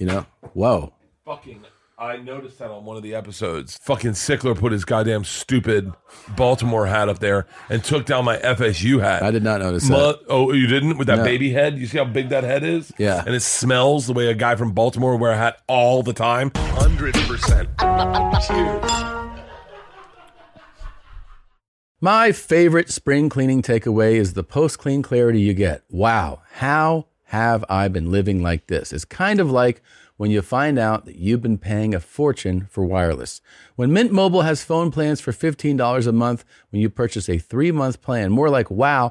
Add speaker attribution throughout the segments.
Speaker 1: You know? Whoa.
Speaker 2: Fucking, I noticed that on one of the episodes. Fucking Sickler put his goddamn stupid Baltimore hat up there and took down my FSU hat.
Speaker 1: I did not notice
Speaker 2: Mu-
Speaker 1: that.
Speaker 2: oh, you didn't with that
Speaker 1: No.
Speaker 2: baby head? You see how big that head is?
Speaker 1: Yeah.
Speaker 2: And it smells the way a guy from Baltimore would wear a hat all the time. Hundred percent.
Speaker 1: My favorite spring cleaning takeaway is the post clean clarity you get. Wow, how have I been living like this? It's kind of like when you find out that you've been paying a fortune for wireless. When Mint Mobile has phone plans for $15 a month when you purchase a three month plan, more like, wow,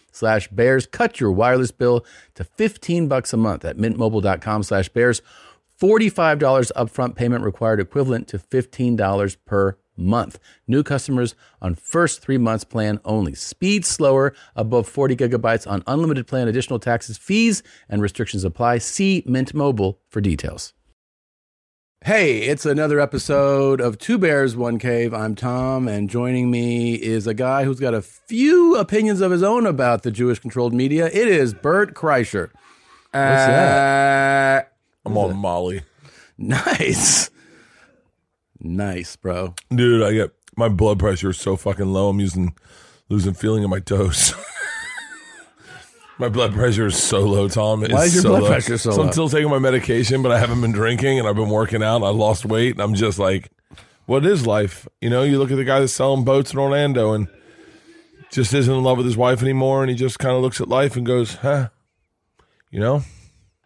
Speaker 1: slash bears. Cut your wireless bill to 15 bucks a month at mintmobile.com slash bears. $45 upfront payment required equivalent to $15 per month. New customers on first three months plan only. Speed slower above 40 gigabytes on unlimited plan. Additional taxes, fees, and restrictions apply. See Mint Mobile for details. Hey, it's another episode of Two Bears, One Cave. I'm Tom, and joining me is a guy who's got a few opinions of his own about the Jewish controlled media. It is Bert Kreischer. What's that?
Speaker 2: I'm on Molly.
Speaker 1: Nice. Nice, bro.
Speaker 2: Dude, I get my blood pressure is so fucking low. I'm using losing feeling in my toes. my blood pressure is so low, Tom. It
Speaker 1: Why is your
Speaker 2: so
Speaker 1: blood
Speaker 2: low.
Speaker 1: pressure so
Speaker 2: I'm
Speaker 1: low?
Speaker 2: still taking my medication, but I haven't been drinking and I've been working out. And I lost weight, and I'm just like, what is life? You know, you look at the guy that's selling boats in Orlando and just isn't in love with his wife anymore, and he just kind of looks at life and goes, huh. You know,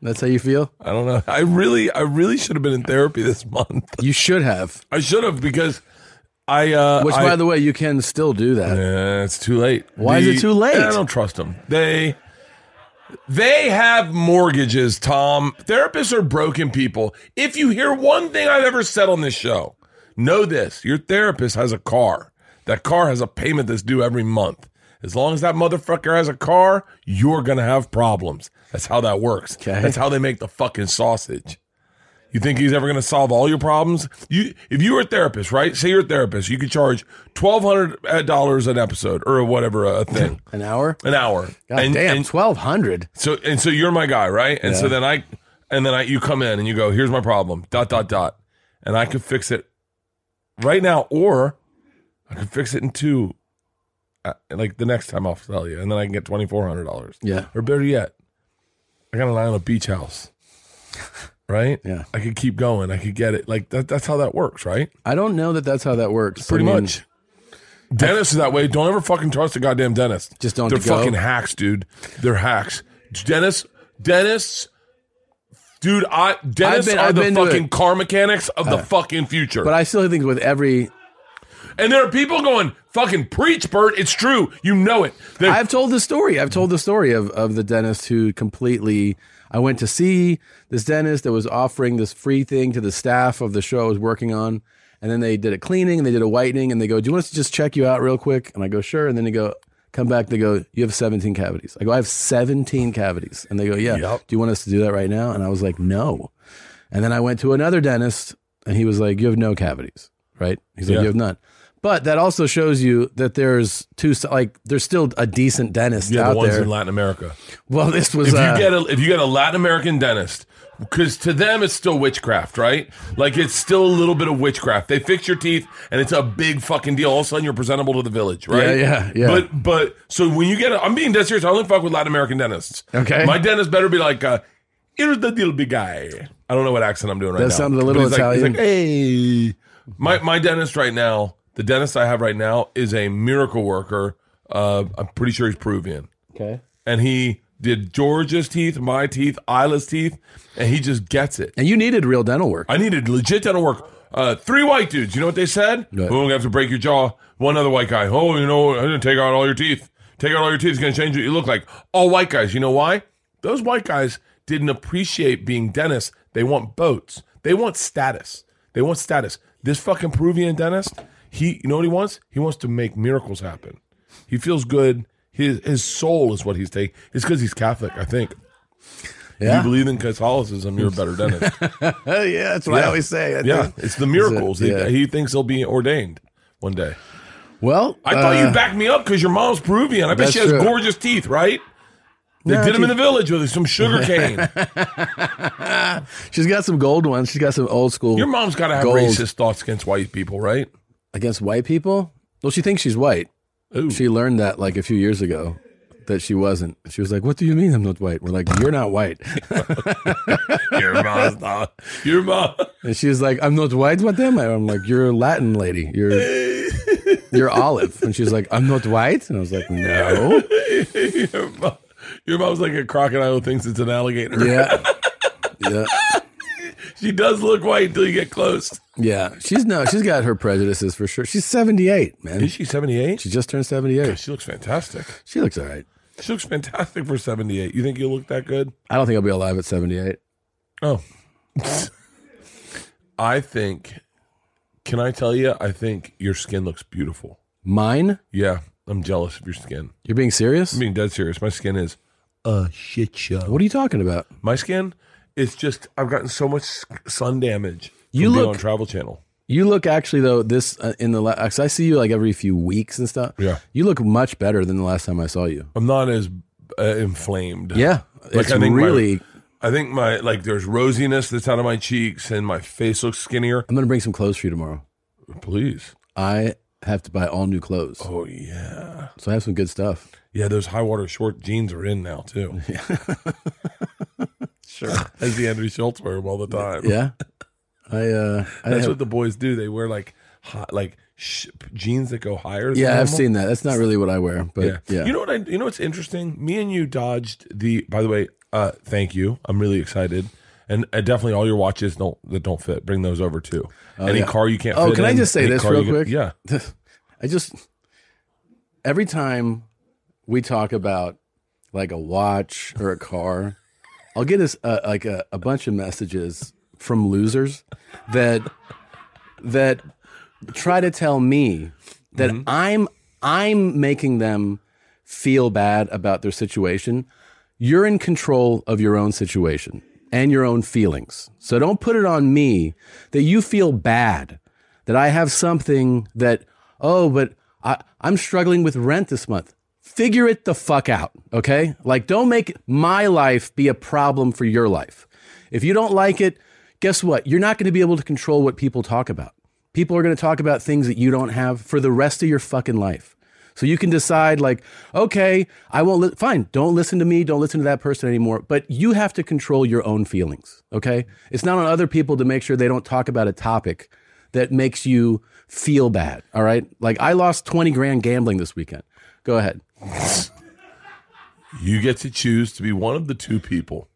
Speaker 1: That's how you feel?
Speaker 2: I don't know. I really, I really should have been in therapy this month.
Speaker 1: You should have.
Speaker 2: I should have because I. uh
Speaker 1: Which,
Speaker 2: I,
Speaker 1: by the way, you can still do that.
Speaker 2: Yeah, it's too late.
Speaker 1: Why is it too late?
Speaker 2: I don't trust them. They they have mortgages, Tom. Therapists are broken people. If you hear one thing I've ever said on this show, know this. Your therapist has a car. That car has a payment that's due every month. As long as that motherfucker has a car, you're going to have problems. That's how that works.
Speaker 1: Okay.
Speaker 2: That's how they make the fucking sausage. You think he's ever going to solve all your problems? You, if you were a therapist, right? Say you're a therapist, you could charge twelve hundred dollars an episode or whatever a thing,
Speaker 1: An hour?
Speaker 2: an hour.
Speaker 1: God
Speaker 2: and,
Speaker 1: damn,
Speaker 2: and
Speaker 1: 1200
Speaker 2: so and so you're my guy, right? And so
Speaker 1: Yeah.
Speaker 2: then I, and then I, you come in and you go, here's my problem, dot dot dot, and I can fix it right now, or I can fix it in two, uh, like the next time I'll tell you, and then I can get twenty four hundred dollars.
Speaker 1: Yeah.
Speaker 2: Or better yet, I got to lie on a beach house. Right?
Speaker 1: Yeah.
Speaker 2: I could keep going. I could get it. Like that, that's how that works, right?
Speaker 1: I don't know that that's how that works.
Speaker 2: Pretty
Speaker 1: I mean,
Speaker 2: much. Dentists are that way. Don't ever fucking trust a goddamn dentist.
Speaker 1: Just don't
Speaker 2: They're
Speaker 1: go.
Speaker 2: fucking hacks, dude. They're hacks. Dentists, dentists, dude. I dentists
Speaker 1: been-
Speaker 2: are
Speaker 1: I've
Speaker 2: the
Speaker 1: been to
Speaker 2: fucking
Speaker 1: it. Uh.
Speaker 2: car mechanics of the fucking future.
Speaker 1: But I still think with every.
Speaker 2: and there are people going, "Fucking preach, Bert. It's true. You know it." They're-
Speaker 1: I've told the story. I've told the story of, of the dentist who completely. I went to see this dentist that was offering this free thing to the staff of the show I was working on. And then they did a cleaning and they did a whitening and they go, Do you want us to just check you out real quick? And I go, Sure. And then they go, Come back. They go, You have 17 cavities. I go, I have 17 cavities. And they go, Yeah.
Speaker 2: Yep.
Speaker 1: Do you want us to do that right now? And I was like, No. And then I went to another dentist and he was like, You have no cavities, right? He's like,
Speaker 2: Yeah.
Speaker 1: You have none. But that also shows you that there's two, like, there's still a decent dentist
Speaker 2: yeah, the
Speaker 1: out
Speaker 2: ones
Speaker 1: there.
Speaker 2: in Latin America.
Speaker 1: well, this was,
Speaker 2: if
Speaker 1: uh,
Speaker 2: you get a if you get a Latin American dentist, because to them it's still witchcraft, right? Like it's still a little bit of witchcraft. They fix your teeth, and it's a big fucking deal. All of a sudden, you're presentable to the village, right?
Speaker 1: Yeah, yeah, yeah.
Speaker 2: But but so when you get, a, I'm being dead serious. I only fuck with Latin American dentists.
Speaker 1: Okay.
Speaker 2: my dentist better be like, uh, here's the deal, big guy. I don't know what accent I'm doing right
Speaker 1: That
Speaker 2: now.
Speaker 1: sounded a
Speaker 2: But
Speaker 1: little
Speaker 2: he's like- he's
Speaker 1: Italian.
Speaker 2: like, hey, my my dentist right now, the dentist I have right now is a miracle worker. Uh, I'm pretty sure he's Peruvian
Speaker 1: okay.
Speaker 2: and he did George's teeth, my teeth, Isla's teeth, and he just gets it.
Speaker 1: And you needed real dental work.
Speaker 2: I needed legit dental work. Uh, three white dudes. You know what they said?
Speaker 1: Right.
Speaker 2: We're gonna have to break your jaw. One other white guy. Oh, you know, I'm gonna take out all your teeth. Take out all your teeth. It's gonna change what you look like. All white guys. You know why? Those white guys didn't appreciate being dentists. They want boats. They want status. They want status. This fucking Peruvian dentist, he you know what he wants? He wants to make miracles happen. He feels good. His his soul is what he's taking. It's because he's Catholic, I think. If
Speaker 1: Yeah.
Speaker 2: you believe in Catholicism, you're a better dentist.
Speaker 1: Oh, yeah, that's what
Speaker 2: Yeah.
Speaker 1: I always say. I
Speaker 2: yeah,
Speaker 1: think-
Speaker 2: it's the miracles. He-
Speaker 1: yeah.
Speaker 2: He, thinks he'll be ordained one day.
Speaker 1: Well,
Speaker 2: I thought
Speaker 1: uh,
Speaker 2: you backed me up because your mom's Peruvian. I bet
Speaker 1: That's
Speaker 2: she has
Speaker 1: true.
Speaker 2: gorgeous teeth, right? They
Speaker 1: No,
Speaker 2: did them in
Speaker 1: she-
Speaker 2: the village with some sugar cane.
Speaker 1: She's got some gold ones. She's got some old school
Speaker 2: Your mom's got to have
Speaker 1: Gold.
Speaker 2: racist thoughts against white people, right?
Speaker 1: against white people. Well, she thinks she's white.
Speaker 2: Ooh.
Speaker 1: She learned that like a few years ago that she wasn't. She was like, "What do you mean I'm not white?" We're like, "You're not white."
Speaker 2: Your mom's not. Your mom.
Speaker 1: And she's like, "I'm not white. What am I?" I'm like, "You're a Latin lady. You're you're olive." And she's like, "I'm not white." And I was like, "No."
Speaker 2: Your, mom, your mom's like a crocodile who thinks it's an alligator.
Speaker 1: Yeah. Yeah.
Speaker 2: She does look white until you get close.
Speaker 1: Yeah. She's no, she's got her prejudices for sure. She's 78, man.
Speaker 2: Is she 78?
Speaker 1: She just turned 78.
Speaker 2: She looks fantastic.
Speaker 1: She looks all right.
Speaker 2: She looks fantastic for 78. You think you look that good?
Speaker 1: I don't think I'll be alive at 78.
Speaker 2: Oh. I think, can I tell you, I think your skin looks beautiful.
Speaker 1: Mine?
Speaker 2: Yeah, I'm jealous of your skin.
Speaker 1: You're being serious?
Speaker 2: I'm being dead serious. My skin is a shit show.
Speaker 1: What are you talking about?
Speaker 2: My skin is just, I've gotten so much s- sun damage.
Speaker 1: You
Speaker 2: from being
Speaker 1: look-
Speaker 2: on Travel Channel.
Speaker 1: You look actually though this uh, in the la- 'cause I see you like every few weeks and stuff.
Speaker 2: Yeah.
Speaker 1: You look much better than the last time I saw you.
Speaker 2: I'm not as uh, inflamed.
Speaker 1: Yeah. it's
Speaker 2: I think my-
Speaker 1: really
Speaker 2: I think my, like, there's rosiness that's out of my cheeks and my face looks skinnier.
Speaker 1: I'm going to bring some clothes for you tomorrow.
Speaker 2: Please.
Speaker 1: I have to buy all new clothes.
Speaker 2: Oh, yeah.
Speaker 1: So I have some good stuff.
Speaker 2: Yeah, those high water short jeans are in now, too.
Speaker 1: Sure.
Speaker 2: As the Andrew Schultz wear them all the time.
Speaker 1: yeah. I uh I
Speaker 2: That's
Speaker 1: have-
Speaker 2: what the boys do. They wear like hot, like sh- jeans that go higher. Than
Speaker 1: Yeah, I've
Speaker 2: normal.
Speaker 1: seen that. That's not really what I wear, but yeah.
Speaker 2: You know what? I, you know what's interesting? Me and you dodged the. By the way, uh, thank you. I'm really excited, and uh, definitely all your watches don't that don't fit. Bring those over too. any
Speaker 1: yeah.
Speaker 2: car you can't.
Speaker 1: Oh,
Speaker 2: fit
Speaker 1: can I
Speaker 2: in,
Speaker 1: just say
Speaker 2: any
Speaker 1: this
Speaker 2: car
Speaker 1: real
Speaker 2: you can-
Speaker 1: quick?
Speaker 2: yeah.
Speaker 1: I just every time we talk about like a watch or a car, I'll get us uh, like a, a bunch of messages from losers that that try to tell me that I'm I'm making them feel bad about their situation. You're in control of your own situation and your own feelings. So don't put it on me that you feel bad that I have something that oh, but I I'm struggling with rent this month. Figure it the fuck out, okay? Like don't make my life be a problem for your life. If you don't like it, guess what? You're not going to be able to control what people talk about. People are going to talk about things that you don't have for the rest of your fucking life. So you can decide, like, okay, I won't. Li- fine, don't listen to me. Don't listen to that person anymore. But you have to control your own feelings. Okay, it's not on other people to make sure they don't talk about a topic that makes you feel bad. All right, like I lost twenty grand gambling this weekend. Go ahead.
Speaker 2: You get to choose to be one of the two people.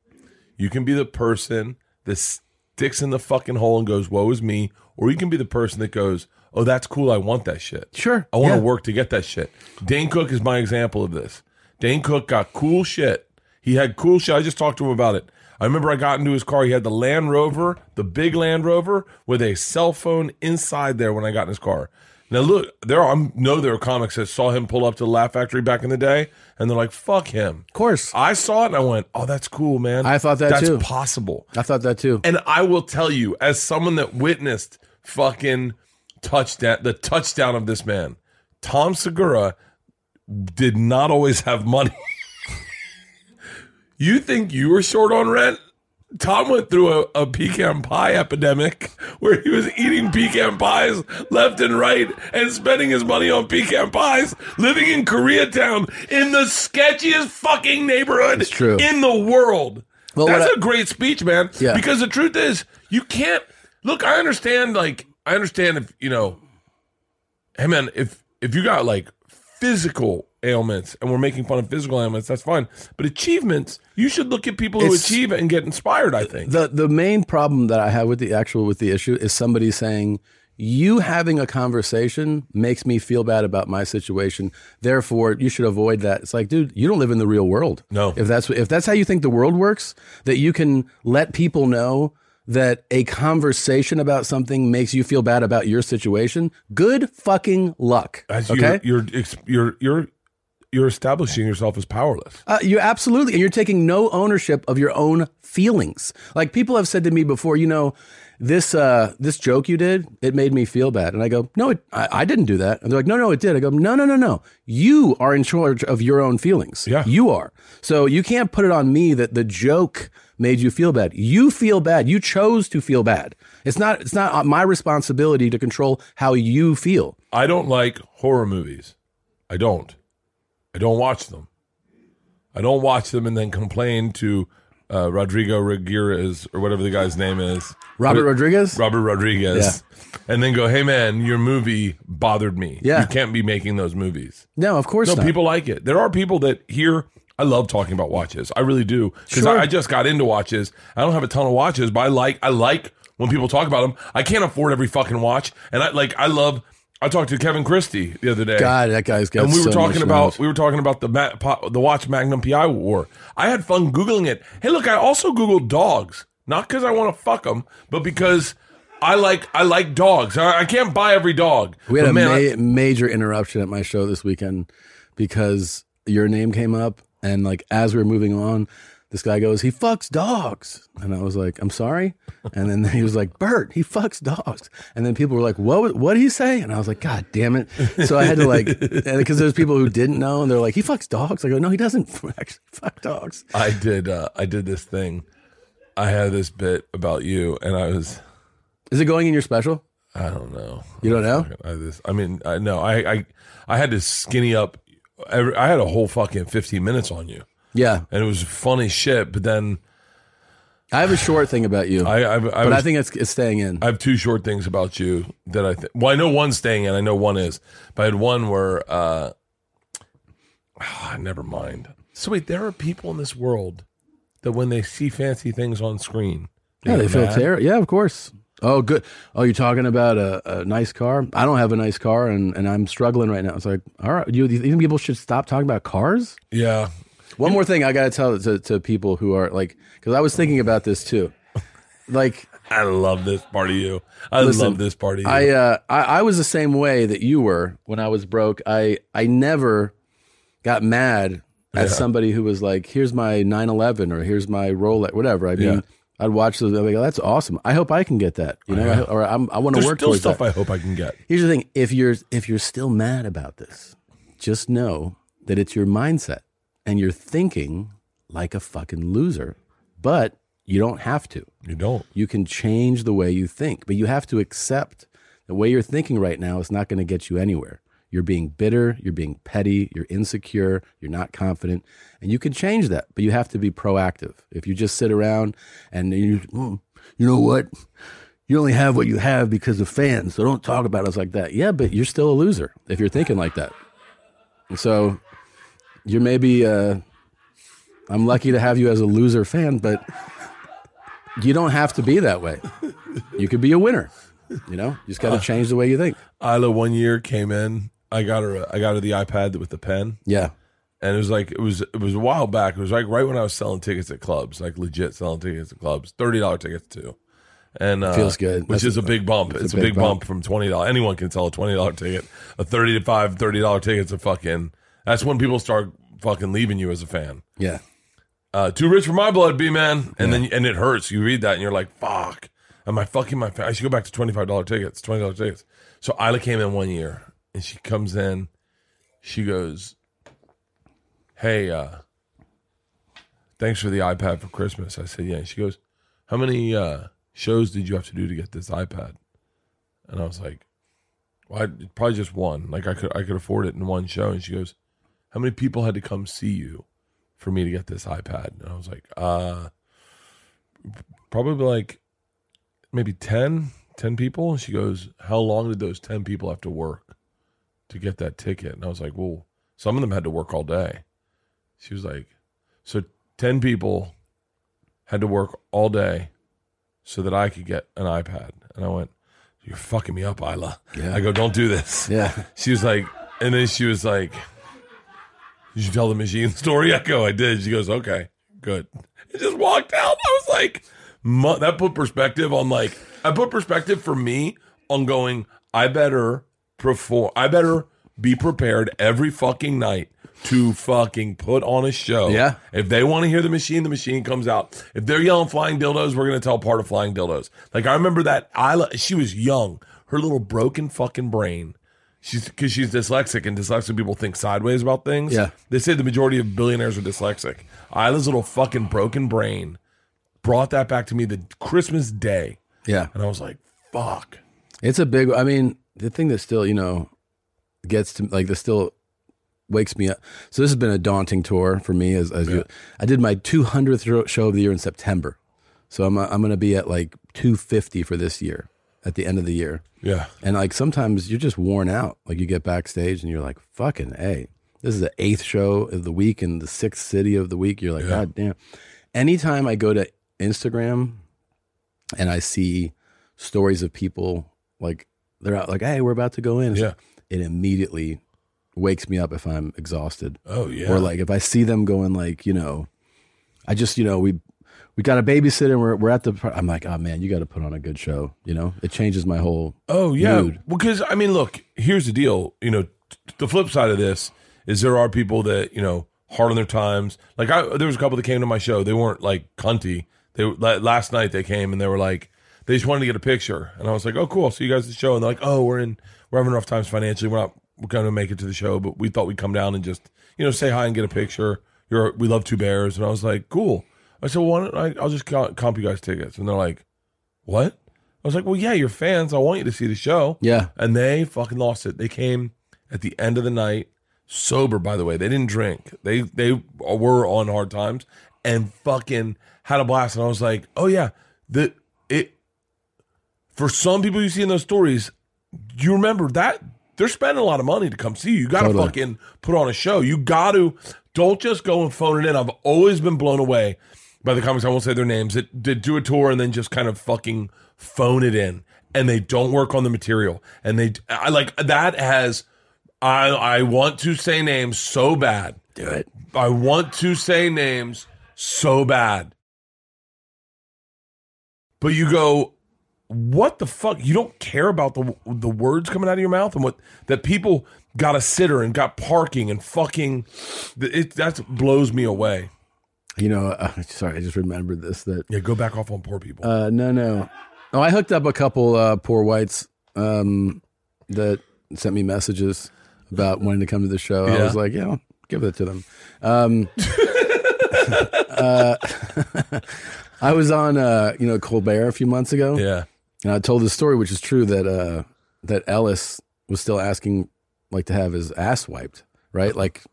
Speaker 2: You can be the person that sticks in the fucking hole and goes, "Woe is me," or you can be the person that goes, "Oh, that's cool. I want that shit.
Speaker 1: Sure,
Speaker 2: I want to
Speaker 1: yeah.
Speaker 2: work to get that shit." Dane Cook is my example of this. Dane Cook got cool shit. He had cool shit. I just talked to him about it. I remember I got into his car. He had the Land Rover, the big Land Rover, with a cell phone inside there when I got in his car. Now look, there are, I know there are comics that saw him pull up to the Laugh Factory back in the day, and they're like, "Fuck him."
Speaker 1: Of course,
Speaker 2: I saw it and I went, "Oh, that's cool, man."
Speaker 1: I thought that
Speaker 2: that's
Speaker 1: too.
Speaker 2: possible.
Speaker 1: I thought that too.
Speaker 2: And I will tell you, as someone that witnessed fucking touchdown, the touchdown of this man, Tom Segura did not always have money. you think you were short on rent? Tom went through a, a pecan pie epidemic where he was eating pecan pies left and right and spending his money on pecan pies, living in Koreatown in the sketchiest fucking neighborhood
Speaker 1: It's true.
Speaker 2: in the world.
Speaker 1: Well,
Speaker 2: That's
Speaker 1: what I-
Speaker 2: a great speech, man.
Speaker 1: Yeah.
Speaker 2: Because the truth is, you can't look. I understand, like, I understand if you know, hey man, if if you got like physical ailments and we're making fun of physical ailments, that's fine. But achievements, you should look at people who
Speaker 1: It's-
Speaker 2: achieve it and get inspired. I think.
Speaker 1: the the main problem that I have with the actual with the issue is somebody saying you having a conversation makes me feel bad about my situation. Therefore, you should avoid that. It's like, dude, you don't live in the real world.
Speaker 2: No.
Speaker 1: If that's if that's how you think the world works, that you can let people know that a conversation about something makes you feel bad about your situation, good fucking luck.
Speaker 2: As
Speaker 1: Okay.
Speaker 2: you're, you're ex- you're you're you're establishing yourself as powerless.
Speaker 1: Uh, you absolutely, and you're taking no ownership of your own feelings. Like people have said to me before, you know, this uh, this joke you did, it made me feel bad, and I go, no, it, I, I didn't do that. And they're like, no, no, it did. I go, no, no, no, no. You are in charge of your own feelings.
Speaker 2: Yeah.
Speaker 1: you are. So you can't put it on me that the joke made you feel bad. You feel bad. You chose to feel bad. It's not. It's not uh, my responsibility to control how you feel.
Speaker 2: I don't like horror movies. I don't. I don't watch them. I don't watch them and then complain to uh, Rodrigo Rodriguez or whatever the guy's name is,
Speaker 1: Robert Rodriguez.
Speaker 2: Robert Rodriguez, and then go, "Hey man, your movie bothered me.
Speaker 1: Yeah.
Speaker 2: You can't be making those movies."
Speaker 1: no, of course
Speaker 2: No,
Speaker 1: not.
Speaker 2: people like it. There are people that hear. I love talking about watches. I really do because
Speaker 1: Sure.
Speaker 2: I, I just got into watches. I don't have a ton of watches, but I like I like when people talk about them. I can't afford every fucking watch, and I like I love. I talked to Kevin Christie the other day.
Speaker 1: God, that guy's got.
Speaker 2: And we
Speaker 1: so
Speaker 2: were talking
Speaker 1: much
Speaker 2: about
Speaker 1: knowledge.
Speaker 2: we were talking about the ma- po- the watch Magnum PI war. I had fun googling it. Hey, look, I also googled dogs, not because I want to fuck them, but because I like I like dogs. I, I can't buy every dog.
Speaker 1: We had
Speaker 2: But
Speaker 1: a
Speaker 2: man, I-
Speaker 1: ma- major interruption at my show this weekend because your name came up, and like as we were moving on, this guy goes, "He fucks dogs," and I was like, "I'm sorry," and then he was like, "Bert, he fucks dogs," and then people were like, "What? What did he say?" And I was like, "God damn it!" So I had to like, because there's people who didn't know, and they're like, "He fucks dogs." I go, "No, he doesn't actually fuck dogs."
Speaker 2: I did uh, I did this thing. I had this bit about you, and I was
Speaker 1: Is it going in your special?
Speaker 2: I don't know.
Speaker 1: You don't know?
Speaker 2: I, this, I mean, I know I, I I had to skinny up. Every, I had a whole fucking fifteen minutes on you,
Speaker 1: Yeah,
Speaker 2: and it was funny shit. But then
Speaker 1: I have a short thing about you,
Speaker 2: I I, I, was,
Speaker 1: but I think it's, it's staying in.
Speaker 2: I have two short things about you that I think. Well, I know one's staying in. I know one is, but I had one where. uh ah, Never mind. So wait, there are people in this world that when they see fancy things on screen,
Speaker 1: Yeah, they
Speaker 2: get
Speaker 1: feel
Speaker 2: mad.
Speaker 1: terrible. Yeah, of course. Oh, good. Oh, you're talking about a, a nice car. I don't have a nice car, and, and I'm struggling right now. It's like, all right, you, you think people should stop talking about cars?
Speaker 2: Yeah,
Speaker 1: One more thing I got to tell to, to people who are like, because I was thinking about this too. Like,
Speaker 2: I love this part of you. I
Speaker 1: Listen,
Speaker 2: love this part of you.
Speaker 1: I, uh, I I was the same way that you were when I was broke. I I never got mad at somebody who was like, "Here's my 911" or "Here's my Rolex," whatever. I mean,
Speaker 2: Yeah.
Speaker 1: I'd watch those. I'd be like, oh, "That's awesome. I hope I can get that." You know, I, or I'm, I want to
Speaker 2: There's
Speaker 1: work
Speaker 2: still
Speaker 1: towards
Speaker 2: stuff
Speaker 1: that.
Speaker 2: I hope I can get.
Speaker 1: Here's the thing: if you're if you're still mad about this, just know that it's your mindset and you're thinking like a fucking loser. But you don't have to.
Speaker 2: You don't.
Speaker 1: You can change the way you think, but you have to accept the way you're thinking right now is not going to get you anywhere. You're being bitter, you're being petty, you're insecure, you're not confident, and you can change that, but you have to be proactive. If you just sit around and you, "Mm, you know what? You only have what you have because of fans, so don't talk about us like that. Yeah, but you're still a loser if you're thinking like that. And so you're maybe, uh, I'm lucky to have you as a loser fan, but you don't have to be that way. You could be a winner. You know, you just got to change the way you think.
Speaker 2: Isla one year came in. I got her. a- I got her the iPad with the pen,
Speaker 1: Yeah.
Speaker 2: and it was like it was it was a while back. It was like right when I was selling tickets at clubs, like legit selling tickets at clubs, thirty dollar tickets too. And uh,
Speaker 1: Feels good.
Speaker 2: which
Speaker 1: That's-
Speaker 2: is a big bump. It's, a big, bump. from twenty dollars. Anyone can sell a twenty dollar ticket. A thirty to five, thirty dollar ticket's a fucking. That's when people start fucking leaving you as a fan.
Speaker 1: Yeah.
Speaker 2: uh, too rich for my blood, B man. And then and it hurts. You read that and you're like, fuck. Am I fucking my? Fa- I should go back to twenty five dollar tickets, twenty dollar tickets. So Isla came in one year and she comes in. She goes, hey, uh, thanks for the iPad for Christmas. I said, yeah. She goes, how many uh, shows did you have to do to get this iPad? And I was like, well, I, probably just one. Like I could I could afford it in one show. And she goes, how many people had to come see you? for me to get this iPad. And I was like, uh, probably like maybe 10, 10 people. And she goes, how long did those 10 people have to work to get that ticket? And I was like, well, some of them had to work all day. She was like, so 10 people had to work all day so that I could get an iPad. And I went, you're fucking me up, Isla.
Speaker 1: Yeah.
Speaker 2: I go, don't do this.
Speaker 1: Yeah.
Speaker 2: She was like, and then she was like, Did you tell the machine story? I go, I did. She goes, Okay, good. And just walked out. I was like, mu- that put perspective on like I put perspective for me on going. I better perform. I better be prepared every fucking night to fucking put on a show.
Speaker 1: Yeah.
Speaker 2: If they want to hear the machine, the machine comes out. If they're yelling flying dildos, we're gonna tell part of flying dildos. Like I remember that Isla, she was young. Her little broken fucking brain. She's because she's dyslexic, and dyslexic people think sideways about things.
Speaker 1: Yeah.
Speaker 2: They say the majority of billionaires are dyslexic. Isla's little fucking broken brain brought that back to me the Christmas day.
Speaker 1: Yeah.
Speaker 2: And I was like, fuck.
Speaker 1: It's a big. I mean, the thing that still, you know, gets to like that still wakes me up. So this has been a daunting tour for me. As, as you, I did my 200th ro- show of the year in September, so I'm I'm going to be at like 250 for this year at the end of the year.
Speaker 2: Yeah.
Speaker 1: And like sometimes you're just worn out. Like you get backstage and you're like, fucking A. This is the eighth show of the week and the sixth city of the week. You're like, God damn. Anytime I go to Instagram and I see stories of people like they're out like, hey, we're about to go in.
Speaker 2: Yeah.
Speaker 1: It immediately wakes me up if I'm exhausted.
Speaker 2: Oh yeah.
Speaker 1: Or like if I see them going like, you know, I just, you know, we we got a babysitter and we're we're at the par- I'm like, oh man, you gotta put on a good show. You know? It changes my whole
Speaker 2: oh yeah.
Speaker 1: mood.
Speaker 2: Because I mean, look, here's the deal. You know, t- the flip side of this is there are people that you know hard on their times. Like I, there was a couple that came to my show. They weren't like cunty. They were- la- last night they came and they were like. They just wanted to get a picture, and I was like, "Oh, cool! I'll see you guys at the show." And they're like, "Oh, we're in, we're having rough times financially. We're not we're going to make it to the show, but we thought we'd come down and just, you know, say hi and get a picture. You're, we love Two Bears." And I was like, "Cool." I said, "Why don't I? I'll just co- comp you guys tickets." And they're like, what? I was like, well, yeah, your fans. I want you to see the show.
Speaker 1: Yeah.
Speaker 2: And they fucking lost it. They came at the end of the night, sober, by the way. They didn't drink. They they were on hard times and fucking had a blast. And I was like, oh yeah. The it for some people you see in those stories, you remember that they're spending a lot of money to come see you. You gotta
Speaker 1: Totally.
Speaker 2: fucking put on a show. You gotta don't just go and phone it in. I've always been blown away by the comics, I won't say their names, that, that do a tour and then just kind of fucking phone it in. And they don't work on the material. And they I like that has I I want to say names so bad.
Speaker 1: Do it.
Speaker 2: I want to say names so bad. But you go, what the fuck? You don't care about the the words coming out of your mouth and what that people got a sitter and got parking and fucking. It that blows me away.
Speaker 1: You know, uh, sorry, I just remembered this. That
Speaker 2: Yeah, go back off on poor people.
Speaker 1: uh, no, no. Oh, I hooked up a couple uh, poor whites um, that sent me messages about wanting to come to the show. I
Speaker 2: Yeah.
Speaker 1: was like, yeah, I'll give it to them. Um, uh, I was on, uh, you know, Colbert a few months ago,
Speaker 2: yeah,
Speaker 1: and I told this story, which is true, that uh, that Ellis was still asking, like, to have his ass wiped, right? Like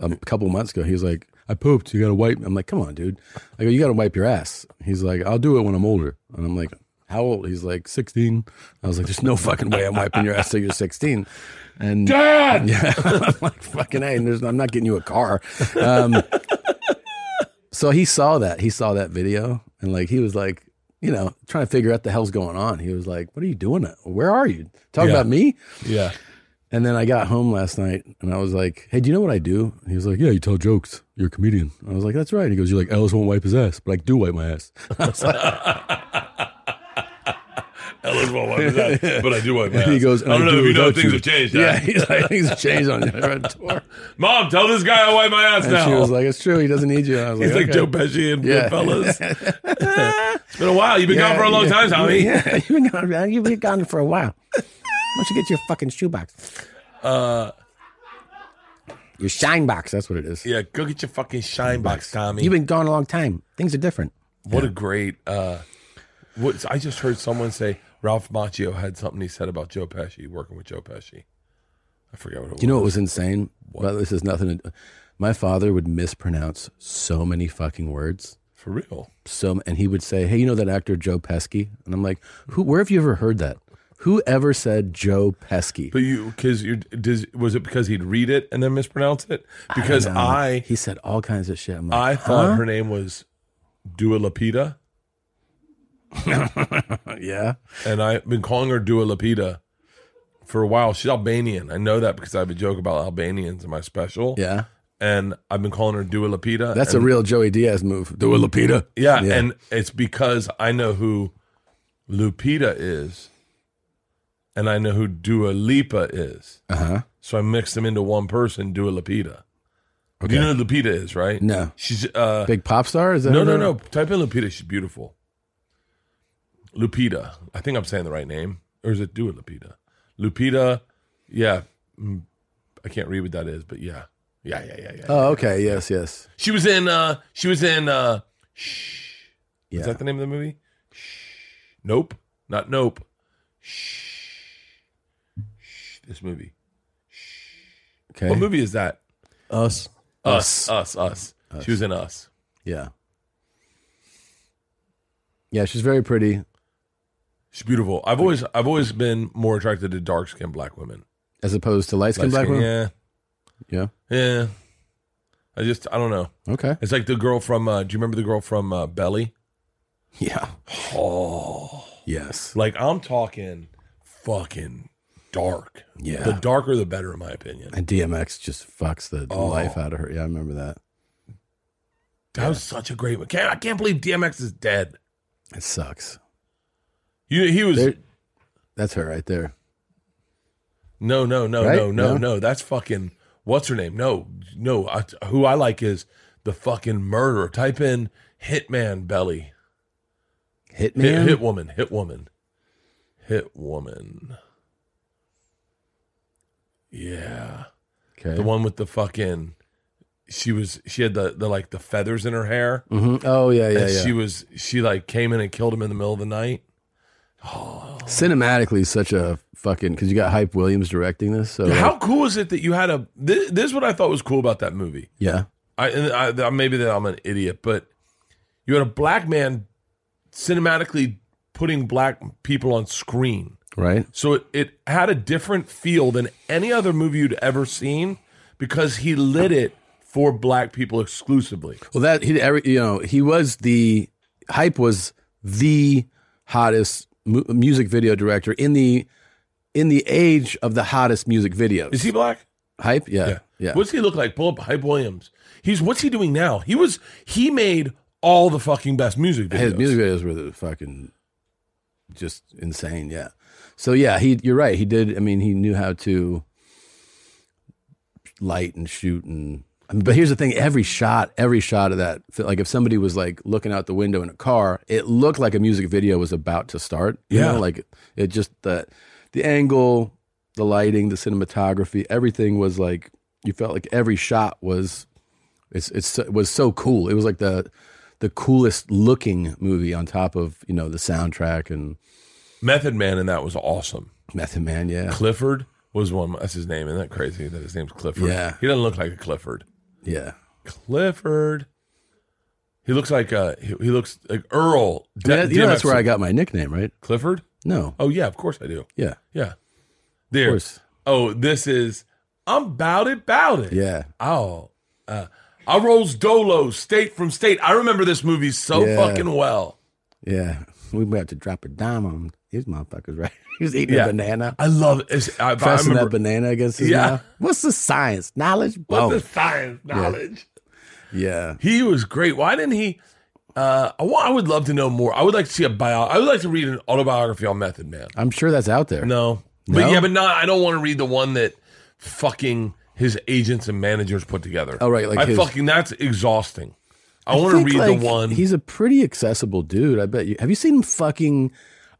Speaker 1: a couple months ago, he was like, "I pooped. You got to wipe." me." I'm like, "Come on, dude." I go, "You got to wipe your ass." He's like, "I'll do it when I'm older." And I'm like, "How old?" He's like, "16." I was like, "There's no fucking way I'm wiping your ass till you're 16." And
Speaker 2: Dad.
Speaker 1: yeah, I'm like fucking hey, and there's, I'm not getting you a car. Um, so he saw that. He saw that video, and like he was like, you know, trying to figure out the hell's going on. He was like, "What are you doing? Where are you? Talking
Speaker 2: Yeah.
Speaker 1: about me?"
Speaker 2: Yeah,
Speaker 1: And then I got home last night, and I was like, "Hey, do you know what I do?" And he was like, "Yeah, you tell jokes. You're a comedian." I was like, "That's right." He goes, "You're like Ellis won't wipe his ass, but I do wipe my ass." I was like,
Speaker 2: Ellis won't wipe his ass, but I do wipe my ass.
Speaker 1: he goes,
Speaker 2: I don't
Speaker 1: "And
Speaker 2: know if
Speaker 1: do
Speaker 2: you know
Speaker 1: without
Speaker 2: things have changed.
Speaker 1: Yeah,
Speaker 2: Dad.
Speaker 1: he's like, things have changed on your tour.
Speaker 2: Mom, tell this guy I wipe my ass
Speaker 1: And
Speaker 2: now.
Speaker 1: she was like, "It's true. He doesn't need you." And I was
Speaker 2: He's
Speaker 1: like,
Speaker 2: like
Speaker 1: "Okay."
Speaker 2: Joe Pesci and
Speaker 1: Yeah.
Speaker 2: Goodfellas. it's been a while. You've been gone for a long
Speaker 1: yeah,
Speaker 2: time, Tommy.
Speaker 1: Yeah, you've been gone, man. You've been gone for a while. Why don't you get your fucking shoebox? Uh, your shine box. That's what it is.
Speaker 2: Yeah, go get your fucking shine box, Tommy.
Speaker 1: You've been gone a long time. Things are different.
Speaker 2: what a great. uh What I just heard someone say. Ralph Macchio had something he said about Joe Pesci working with Joe Pesci. I forget what it was.
Speaker 1: You know what was insane? Well, this is nothing. To, my father would mispronounce so many fucking words.
Speaker 2: for real.
Speaker 1: So, and he would say, "Hey, you know that actor Joe Pesky?" And I'm like, "Who? Where have you ever heard that? Who ever said Joe Pesky?"
Speaker 2: But you, because you, does, was it because he'd read it and then mispronounce it? Because
Speaker 1: No.
Speaker 2: I,
Speaker 1: he said all kinds of shit. I'm like,
Speaker 2: I, thought her name was Dua Lapita,
Speaker 1: yeah,
Speaker 2: and I've been calling her Dua Lapita for a while. She's Albanian. I know that because I have a joke about Albanians in my special.
Speaker 1: yeah.
Speaker 2: and I've been calling her Dua Lapita.
Speaker 1: That's
Speaker 2: and,
Speaker 1: a real Joey Diaz move. Dua Lapita.
Speaker 2: yeah, and it's because I know who Lupita is, and I know who Dua Lipa is.
Speaker 1: uh huh.
Speaker 2: So I mixed them into one person, Dua Lapita. Do
Speaker 1: Okay.
Speaker 2: you know who Lupita is, right?
Speaker 1: No.
Speaker 2: She's uh
Speaker 1: Big pop star? Is that
Speaker 2: no
Speaker 1: who
Speaker 2: no
Speaker 1: they-
Speaker 2: no. Type in Lupita, she's beautiful. Lupita. I think I'm saying the right name. Or is it Dua Lupita? Lupita, yeah. Mm, I can't read what that is, but yeah. Yeah, yeah, yeah, yeah.
Speaker 1: Oh, okay. Yes, yes.
Speaker 2: She was in uh she was in uh Shh.
Speaker 1: Yeah.
Speaker 2: Is that the name of the movie? Shh. Nope. Not nope. Shh. Shh. This movie.
Speaker 1: okay.
Speaker 2: What movie is that?
Speaker 1: Us.
Speaker 2: Us. Us. Us. She was in Us.
Speaker 1: Yeah. Yeah, she's very pretty.
Speaker 2: She's beautiful. I've always I've always been more attracted to dark skinned black women.
Speaker 1: As opposed to light skinned black
Speaker 2: Light-skinned,
Speaker 1: women?
Speaker 2: Yeah.
Speaker 1: Yeah.
Speaker 2: Yeah. I just I don't know.
Speaker 1: Okay.
Speaker 2: It's like the girl from uh do you remember the girl from uh Belly?
Speaker 1: Yeah.
Speaker 2: Oh
Speaker 1: Yes.
Speaker 2: like I'm talking fucking dark.
Speaker 1: Yeah.
Speaker 2: The darker the better in my opinion.
Speaker 1: And DMX just fucks the
Speaker 2: Oh.
Speaker 1: life out of her. Yeah, I remember that.
Speaker 2: That was such a great one. Can't, I can't believe DMX is dead.
Speaker 1: It sucks.
Speaker 2: You, he was
Speaker 1: There, that's her right there.
Speaker 2: no, no, no,
Speaker 1: Right?
Speaker 2: no, no,
Speaker 1: No?
Speaker 2: no, That's fucking what's her name? No, no. I, who I like is the fucking murderer. Type in hitman belly,
Speaker 1: Hitman.
Speaker 2: hit, hit woman, hit woman, hit woman. Yeah,
Speaker 1: okay.
Speaker 2: the one with the fucking. She was. She had the the like the feathers in her hair.
Speaker 1: Mhm. Oh yeah, yeah,
Speaker 2: and
Speaker 1: yeah.
Speaker 2: She was. She like came in and killed him in the middle of the night.
Speaker 1: Cinematically, such a fucking because you got Hype Williams directing this. So like,
Speaker 2: How cool is it that you had a? This, this is what I thought was cool about that movie.
Speaker 1: yeah,
Speaker 2: I, and I maybe that I'm an idiot, but you had a black man cinematically putting black people on screen,
Speaker 1: right.
Speaker 2: so it, it had a different feel than any other movie you'd ever seen because he lit it for black people exclusively.
Speaker 1: Well, that he, every, you know, he was the hype was the hottest mu- music video director in the in the age of the hottest music videos.
Speaker 2: Is he black?
Speaker 1: hype? Yeah, yeah.
Speaker 2: What's he look like? Pull up Hype Williams. He's what's he doing now? He was he made all the fucking best music videos.
Speaker 1: His music videos were the fucking just insane. Yeah. So yeah, he you're right. He did. I mean, he knew how to light and shoot and. I mean, but here's the thing: every shot, every shot of that, like if somebody was like looking out the window in a car, it looked like a music video was about to start. You
Speaker 2: Yeah.
Speaker 1: know, like it just the the angle, the lighting, the cinematography, everything was like you felt like every shot was it's it's it was so cool. It was like the the coolest looking movie on top of you know the soundtrack and
Speaker 2: Method Man and that was awesome.
Speaker 1: Method Man. Yeah,
Speaker 2: Clifford was one. That's his name. Isn't that crazy that his name's Clifford?
Speaker 1: Yeah.
Speaker 2: He doesn't look like a Clifford.
Speaker 1: yeah.
Speaker 2: Clifford. He looks like uh he, he looks like Earl.
Speaker 1: I mean, that- you know, that's
Speaker 2: DMX.
Speaker 1: where I got my nickname, right?
Speaker 2: Clifford.
Speaker 1: No,
Speaker 2: Oh yeah, of course I do.
Speaker 1: yeah,
Speaker 2: Yeah.
Speaker 1: of
Speaker 2: There.
Speaker 1: course,
Speaker 2: Oh, this is I'm bout it, bout it.
Speaker 1: yeah.
Speaker 2: Oh, uh, I rolls Dolo, state from state. I remember this movie so
Speaker 1: Yeah.
Speaker 2: fucking well.
Speaker 1: Yeah, we might have to drop a dime on these motherfuckers, right? he was eating
Speaker 2: Yeah.
Speaker 1: a banana,
Speaker 2: I love it. It's- I, I
Speaker 1: pressing that
Speaker 2: remember.
Speaker 1: banana against his
Speaker 2: Yeah. Oh,
Speaker 1: mouth. What's the science? Knowledge?
Speaker 2: What
Speaker 1: Boom.
Speaker 2: the science knowledge?
Speaker 1: yeah,
Speaker 2: He was great. Why didn't he? Uh, I, wa- I would love to know more. I would like to see a bio. I would like to read an autobiography on Method Man.
Speaker 1: I'm sure that's out there.
Speaker 2: No,
Speaker 1: No?
Speaker 2: but yeah, but not. I don't want to read the one that fucking his agents and managers put together.
Speaker 1: Oh, right, like
Speaker 2: I
Speaker 1: his-
Speaker 2: fucking that's exhausting. I, want to
Speaker 1: think,
Speaker 2: read
Speaker 1: like,
Speaker 2: the one.
Speaker 1: He's a pretty accessible dude. I bet you. Have you seen him fucking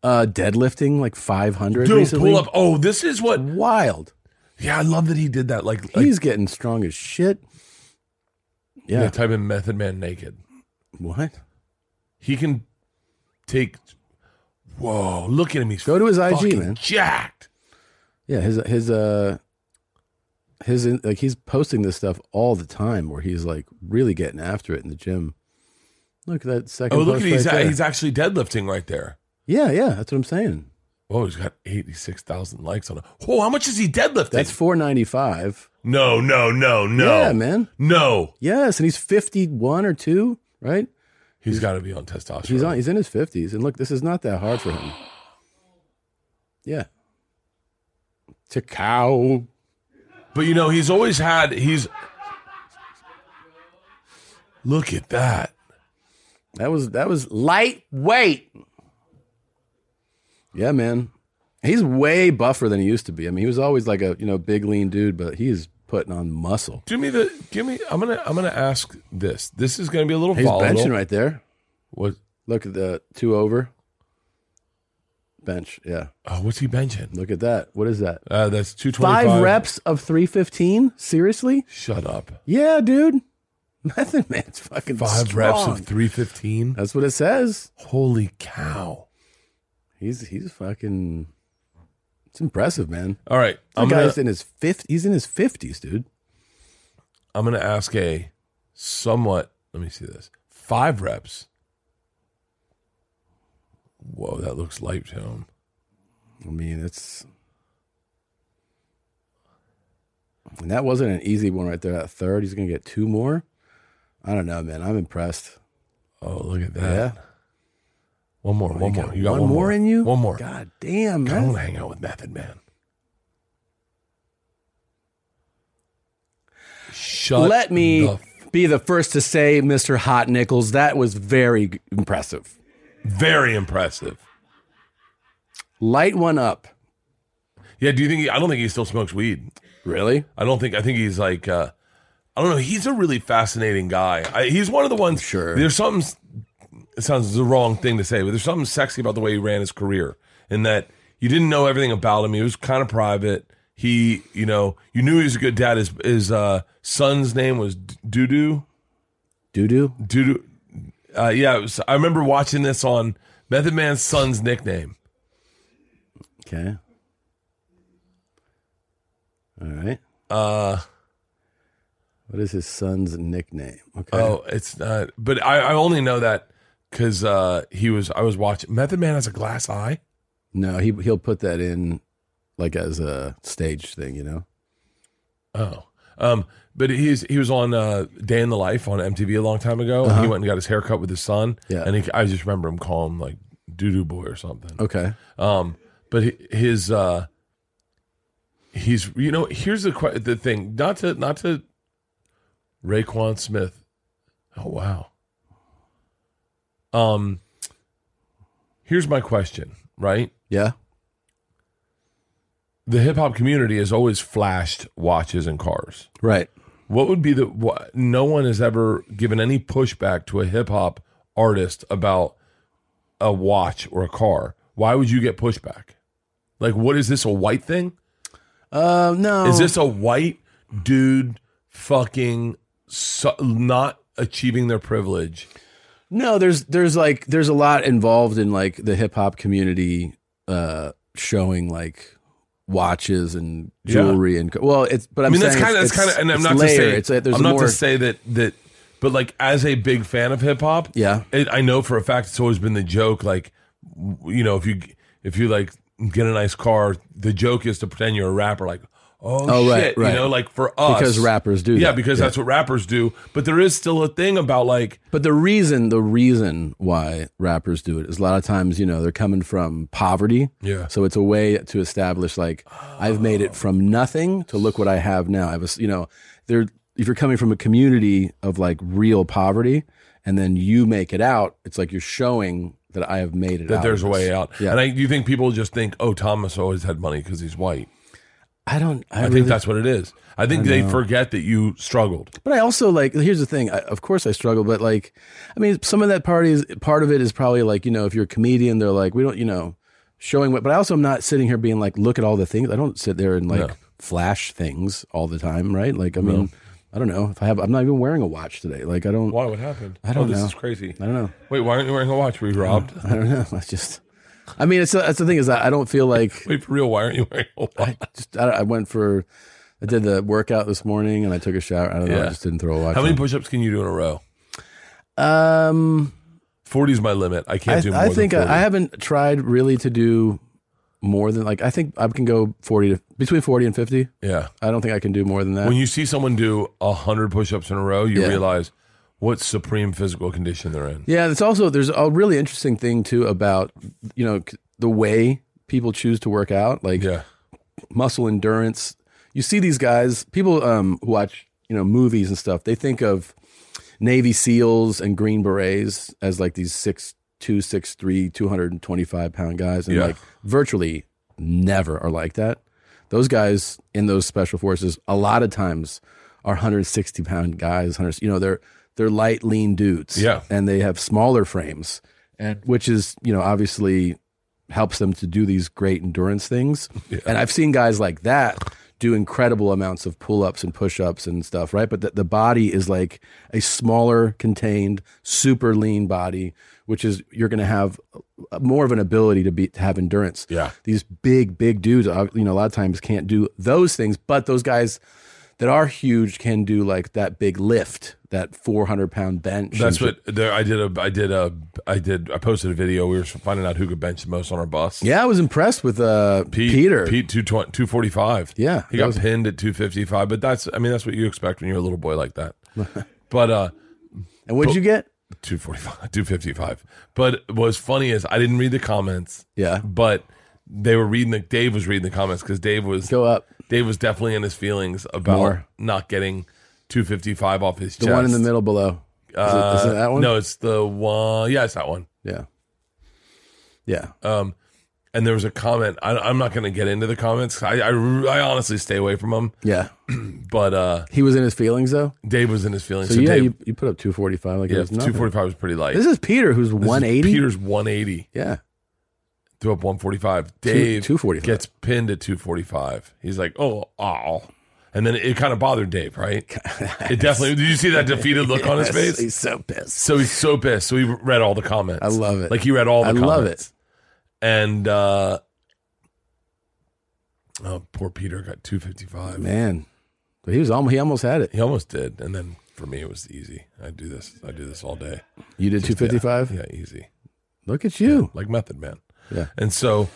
Speaker 1: uh, deadlifting like 500
Speaker 2: Dude,
Speaker 1: recently?
Speaker 2: pull up. Oh, this is what.
Speaker 1: Wild.
Speaker 2: Yeah, I love that he did that. Like, like
Speaker 1: He's getting strong as shit. Yeah.
Speaker 2: Yeah, type in Method Man naked.
Speaker 1: What?
Speaker 2: He can take. Whoa! Look at him. He's
Speaker 1: Go to his IG,
Speaker 2: fucking
Speaker 1: man.
Speaker 2: Jacked.
Speaker 1: Yeah. His his uh his like he's posting this stuff all the time where he's like really getting after it in the gym. Look at that second.
Speaker 2: Oh, look at
Speaker 1: post
Speaker 2: he's
Speaker 1: right there.
Speaker 2: he's actually deadlifting right there.
Speaker 1: yeah, yeah. That's what I'm saying.
Speaker 2: Whoa, he's got eighty six thousand likes on it. Whoa, how much is he deadlifting?
Speaker 1: That's 495.
Speaker 2: no, no, no, no,
Speaker 1: Yeah, man.
Speaker 2: no.
Speaker 1: Yes, and he's 51 or two, right?
Speaker 2: he's got to be on testosterone.
Speaker 1: He's on. He's in his 50s, and look, this is not that hard for him. Yeah. To cow.
Speaker 2: But you know, he's always had he's Look at that.
Speaker 1: That was that was lightweight. Yeah, man. He's way buffer than he used to be. I mean, he was always like a you know big lean dude, but he's putting on muscle.
Speaker 2: Do me the give me I'm gonna I'm gonna ask this. This is gonna be a little
Speaker 1: He's
Speaker 2: volatile.
Speaker 1: benching right there.
Speaker 2: What
Speaker 1: Look at the two over bench. Yeah,
Speaker 2: oh what's he benching?
Speaker 1: look at that. What is that?
Speaker 2: Uh that's two twenty
Speaker 1: Five reps of three fifteen. Seriously?
Speaker 2: Shut up.
Speaker 1: Yeah, dude. Method Man's fucking
Speaker 2: Five reps
Speaker 1: strong.
Speaker 2: of three fifteen.
Speaker 1: That's what it says.
Speaker 2: Holy cow.
Speaker 1: He's he's fucking. It's impressive, man.
Speaker 2: All right.
Speaker 1: The
Speaker 2: I'm gonna,
Speaker 1: guy's in his fifth. He's in his fifties, dude.
Speaker 2: I'm gonna ask a somewhat let me see this. Five reps. Whoa, that looks light to him.
Speaker 1: I mean, it's. And that wasn't an easy one right there. That third, he's gonna get two more. I don't know, man. I'm impressed.
Speaker 2: Oh, look at that.
Speaker 1: Yeah,
Speaker 2: One more, one
Speaker 1: you
Speaker 2: more.
Speaker 1: got
Speaker 2: You got
Speaker 1: one
Speaker 2: one,
Speaker 1: more in you?
Speaker 2: One more.
Speaker 1: god damn,
Speaker 2: I want
Speaker 1: man.
Speaker 2: to hang out with Method Man. Shut
Speaker 1: Let me
Speaker 2: the f-
Speaker 1: be the first to say, Mister Hot Nichols, that was very g- impressive.
Speaker 2: very impressive.
Speaker 1: Light one up.
Speaker 2: Yeah, do you think? He, I don't think he still smokes weed.
Speaker 1: Really?
Speaker 2: I don't think. I think he's like. uh I don't know. He's a really fascinating guy. I, he's one of the ones.
Speaker 1: Sure.
Speaker 2: There's something. s- It sounds the wrong thing to say, but there's something sexy about the way he ran his career, in that you didn't know everything about him. He was kind of private. He, you know, you knew he was a good dad. His his uh, son's name was Doo Doo.
Speaker 1: Doo doo.
Speaker 2: Dude, uh, yeah, it was, I remember watching this on Method Man's son's nickname.
Speaker 1: Okay. All right.
Speaker 2: Uh,
Speaker 1: What is his son's nickname? Okay.
Speaker 2: oh, it's not, but I, I only know that because uh, he was. I was watching Method Man has a glass eye.
Speaker 1: No, he he'll put that in like as a stage thing, you know.
Speaker 2: Oh, um, but he's he was on uh, Day in the Life on MTV a long time ago, and he went and got his haircut with his son.
Speaker 1: Yeah.
Speaker 2: and he, I just remember him calling him like Doo Doo Boy or something.
Speaker 1: Okay.
Speaker 2: Um, but hi- his uh, he's you know here's the que- the thing not to not to Raquan Smith. Oh wow. Um, here's my question. Right,
Speaker 1: Yeah.
Speaker 2: the hip hop community has always flashed watches and cars.
Speaker 1: Right.
Speaker 2: What would be the what? No one has ever given any pushback to a hip hop artist about a watch or a car. Why would you get pushback? Like, what is this a white thing?
Speaker 1: Uh, no.
Speaker 2: Is this a white dude fucking so, not achieving their privilege?
Speaker 1: No, there's there's like there's a lot involved in like the hip hop community uh showing like watches and jewelry and co- well, it's but
Speaker 2: I
Speaker 1: I'm
Speaker 2: mean,
Speaker 1: saying
Speaker 2: that's kind of that's
Speaker 1: it's-
Speaker 2: kind of, and I'm
Speaker 1: it's
Speaker 2: not
Speaker 1: layered.
Speaker 2: to say
Speaker 1: it's a, there's
Speaker 2: I'm
Speaker 1: a
Speaker 2: not
Speaker 1: more
Speaker 2: to say that that, but like as a big fan of hip hop,
Speaker 1: yeah.
Speaker 2: it, I know for a fact it's always been the joke. Like, w- you know, if you if you like get a nice car, the joke is to pretend you're a rapper. Like, oh,
Speaker 1: Oh, right,
Speaker 2: shit,
Speaker 1: right.
Speaker 2: you know, like for us
Speaker 1: Because rappers do
Speaker 2: Yeah,
Speaker 1: that,
Speaker 2: because
Speaker 1: yeah.
Speaker 2: that's what rappers do. But there is still a thing about like,
Speaker 1: But the reason the reason why rappers do it is a lot of times, you know, they're coming from poverty.
Speaker 2: Yeah.
Speaker 1: So it's a way to establish like I've made it from nothing to look what I have now. I have a, s- you know, there if you're coming from a community of like real poverty and then you make it out, it's like you're showing that I have made it
Speaker 2: that
Speaker 1: out.
Speaker 2: there's a way out.
Speaker 1: Yeah.
Speaker 2: And I, you think people just think, oh, Thomas always had money because he's white.
Speaker 1: I don't I,
Speaker 2: I
Speaker 1: really
Speaker 2: think that's what it is. I think they forget that you struggled.
Speaker 1: But I also like. Here's the thing. I, of course, I struggle, but like, I mean, some of that part is part of it is probably like you know, if you're a comedian, they're like, we don't, you know, showing what. But I also am not sitting here being like, look at all the things. I don't sit there and like
Speaker 2: No.
Speaker 1: flash things all the time, right? Like, I mean, I don't know if I have. I'm not even wearing a watch today. Like, I don't.
Speaker 2: Why? What happened?
Speaker 1: I don't
Speaker 2: oh, this
Speaker 1: know.
Speaker 2: is crazy.
Speaker 1: I don't know.
Speaker 2: Wait, why aren't you wearing a watch? Were you robbed?
Speaker 1: I don't know. I just. I mean, it's that's the thing is I, I don't feel like
Speaker 2: Wait, for real, why aren't you wearing a watch?
Speaker 1: I just I, I went for. I did the workout this morning and I took a shower. I don't know. I
Speaker 2: Yeah.
Speaker 1: just didn't throw a watch.
Speaker 2: How many
Speaker 1: on.
Speaker 2: push ups can you do in a row?
Speaker 1: Um.
Speaker 2: 40 is my limit. I can't
Speaker 1: I,
Speaker 2: do more
Speaker 1: I think
Speaker 2: than 40.
Speaker 1: I, I haven't tried really to do more than like I think I can go forty to between forty and fifty.
Speaker 2: yeah.
Speaker 1: I don't think I can do more than that.
Speaker 2: When you see someone do 100 push ups in a row, you
Speaker 1: Yeah.
Speaker 2: realize what supreme physical condition they're in.
Speaker 1: yeah, it's also there's a really interesting thing too about you know c- the way people choose to work out, like
Speaker 2: Yeah.
Speaker 1: muscle endurance. You see these guys, people um, who watch you know movies and stuff. They think of Navy SEALs and Green Berets as like these six two, six three, two hundred and twenty five pound guys, and
Speaker 2: Yeah.
Speaker 1: like virtually never are like that. Those guys in those special forces a lot of times are 160 pound guys, 100, you know, they're they're light, lean dudes.
Speaker 2: Yeah.
Speaker 1: And they have smaller frames. And which is, you know, obviously helps them to do these great endurance things. And I've seen guys like that do incredible amounts of pull ups and push ups and stuff, right? But the, the body is like a smaller, contained, super lean body, which is you're going to have a- more of an ability to be to have endurance.
Speaker 2: Yeah.
Speaker 1: These big, big dudes, uh, you know, a lot of times can't do those things, but those guys that are huge can do like that big lift, that 400 pound bench.
Speaker 2: That's
Speaker 1: and-
Speaker 2: what there, I did. A I did a I did I posted a video. We were finding out who could bench the most on our bus.
Speaker 1: Yeah, I was impressed with uh,
Speaker 2: Pete,
Speaker 1: Peter.
Speaker 2: Pete 220 245.
Speaker 1: Yeah,
Speaker 2: He
Speaker 1: that
Speaker 2: got
Speaker 1: was-
Speaker 2: pinned at 255, but that's I mean that's what you expect when you're a little boy like that. but uh
Speaker 1: And what'd you get?
Speaker 2: 245 255. But what's funny is I didn't read the comments.
Speaker 1: Yeah.
Speaker 2: But they were reading the Dave was reading the comments cuz Dave was
Speaker 1: Go up.
Speaker 2: Dave was definitely in his feelings about
Speaker 1: More.
Speaker 2: not getting 255 off his
Speaker 1: The
Speaker 2: chest. Uh,
Speaker 1: one in the middle below. Is, it- is it that one?
Speaker 2: No, it's the one Yeah, it's that one.
Speaker 1: Yeah. Yeah.
Speaker 2: And there was a comment. I, I'm not going to get into the comments. I, I I honestly stay away from them.
Speaker 1: yeah.
Speaker 2: But uh
Speaker 1: He was in his feelings though.
Speaker 2: Dave was in his feelings.
Speaker 1: So,
Speaker 2: So,
Speaker 1: yeah,
Speaker 2: Dave,
Speaker 1: you, you put up 245 like it
Speaker 2: yeah,
Speaker 1: was nothing.
Speaker 2: 245 was pretty light.
Speaker 1: This is Peter who's 180.
Speaker 2: Peter's 180
Speaker 1: Yeah.
Speaker 2: threw up 145. Dave
Speaker 1: 245.
Speaker 2: gets pinned at 245. He's like, oh, oh. And then it kind of bothered Dave, right? It definitely. Did you see that defeated look on his
Speaker 1: Yes,
Speaker 2: face?
Speaker 1: He's so pissed.
Speaker 2: So he's so pissed. So he read all the comments.
Speaker 1: I love it.
Speaker 2: Like he read all the
Speaker 1: I
Speaker 2: comments.
Speaker 1: love it.
Speaker 2: And uh, oh, poor Peter got 255.
Speaker 1: Man. But he was almost he almost had it.
Speaker 2: He almost did. And then for me, it was easy. I do this. I do this all day.
Speaker 1: You did 255?
Speaker 2: Yeah, easy.
Speaker 1: Look at you.
Speaker 2: like Method Man.
Speaker 1: Yeah.
Speaker 2: And so,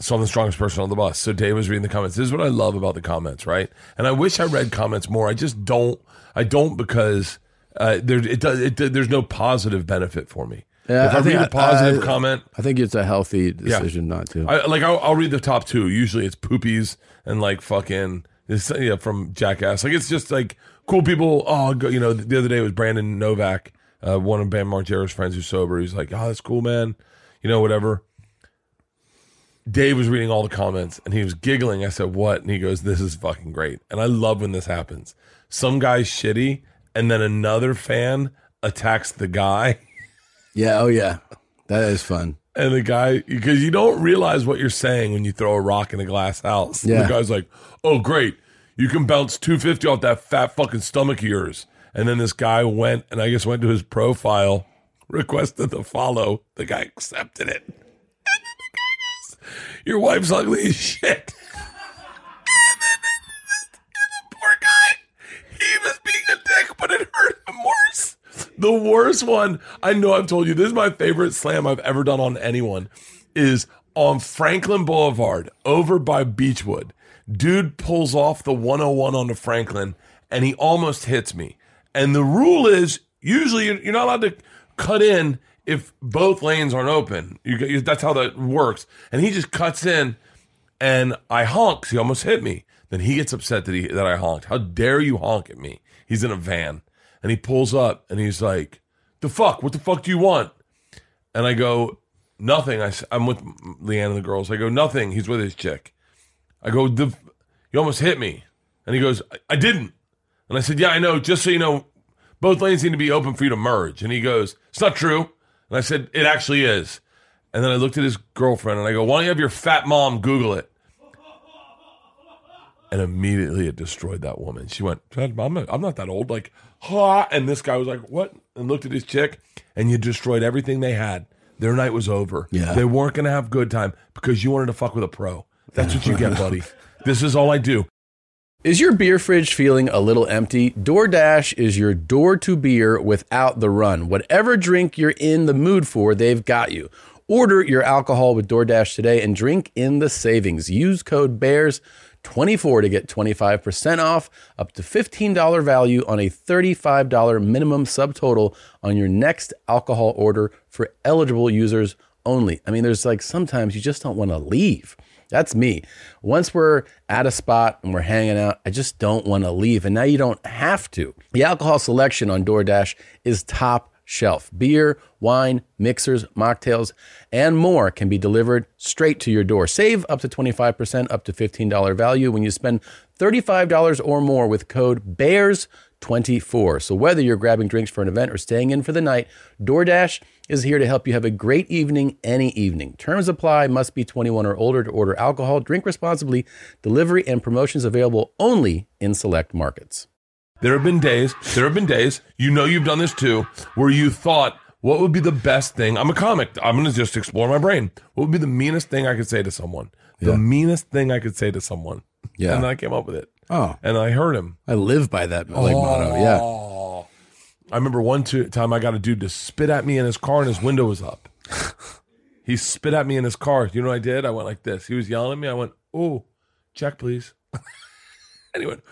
Speaker 2: so I'm the strongest person on the bus. So Dave was reading the comments. This is what I love about the comments, right? And I wish I read comments more. I just don't. I don't because uh, there it does. It, there's no positive benefit for me.
Speaker 1: Yeah,
Speaker 2: if I,
Speaker 1: I think
Speaker 2: read
Speaker 1: I-
Speaker 2: a positive
Speaker 1: I-
Speaker 2: comment,
Speaker 1: I think it's a healthy decision not to.
Speaker 2: I, like I'll, I'll read the top two. Usually it's poopies and like fucking this yeah, from Jackass. Like it's just like cool people. Oh, go, you know, the other day was Brandon Novak, uh, one of Bam Margera's friends who's sober. He's like, oh, that's cool, man. You know, whatever. Dave was reading all the comments and he was giggling. I said, What? And he goes, This is fucking great. And I love when this happens. Some guy's shitty, and then another fan attacks the guy.
Speaker 1: yeah, oh yeah. That is fun.
Speaker 2: And the guy, because you don't realize what you're saying when you throw a rock in a glass house. And
Speaker 1: Yeah.
Speaker 2: The guy's like, oh, great. You can bounce 250 off that fat fucking stomach of yours. And then this guy went and I guess went to his profile, requested the follow. The guy accepted it. And then the guy goes, your wife's ugly as shit. and then the poor guy, he was being a dick, but it hurt him worse. The worst one, I know I've told you, this is my favorite slam I've ever done on anyone, is on Franklin Boulevard over by Beechwood. Dude pulls off the 101 onto Franklin and he almost hits me. And the rule is usually you're you're not allowed to cut in if both lanes aren't open. You, you- that's how that works. And he just cuts in and I honks. He almost hit me. Then he gets upset that he that I honked. How dare you honk at me? He's in a van and he pulls up and he's like, "The fuck? What the fuck do you want?" And I go, "Nothing." I, am with Leanne and the girls. I go, "Nothing." He's with his chick. I go, "The you almost hit me," and he goes, "I, I didn't." And I said, "Yeah, I know. Just so you know, both lanes need to be open for you to merge." And he goes, "It's not true." And I said, "It actually is." And then I looked at his girlfriend and I go, Why don't you have your fat mom Google it? And immediately it destroyed that woman. She went, "Dad, I'm not, I'm not that old. Like, ha. And this guy was like, What? And looked at his chick and you destroyed everything they had. Their night was over.
Speaker 1: Yeah.
Speaker 2: They weren't going to have good time because you wanted to fuck with a pro. That's what you get, buddy. This is all I do.
Speaker 1: Is your beer fridge feeling a little empty? DoorDash is your door to beer without the run. Whatever drink you're in the mood for, they've got you. Order your alcohol with DoorDash today and drink in the savings. Use code BEARS24 to get 25% off, up to $15 value on a $35 minimum subtotal on your next alcohol order for eligible users only. I mean, there's like sometimes you just don't want to leave. That's me. Once we're at a spot and we're hanging out, I just don't want to leave. And now you don't have to. The alcohol selection on DoorDash is top shelf. Beer, wine, mixers, mocktails, and more can be delivered straight to your door. Save up to 25% up to $15 value when you spend $35 or more with code BEARS24. So whether you're grabbing drinks for an event or staying in for the night, DoorDash is here to help you have a great evening any evening. Terms apply, must be 21 or older to order alcohol, drink responsibly, delivery and promotions available only in select markets.
Speaker 2: There have been days, there have been days, you know you've done this too, where you thought, what would be the best thing? I'm a comic. I'm going to just explore my brain. What would be the meanest thing I could say to someone? The
Speaker 1: Yeah.
Speaker 2: meanest thing I could say to someone.
Speaker 1: Yeah.
Speaker 2: And I came up with it.
Speaker 1: Oh,
Speaker 2: And I heard him.
Speaker 1: I live by that like motto. Yeah.
Speaker 2: Oh. I remember one two, time I got a dude to spit at me in his car and his window was up. he spit at me in his car. You know what I did? I went like this. He was yelling at me. I went, oh, check, please. and he went,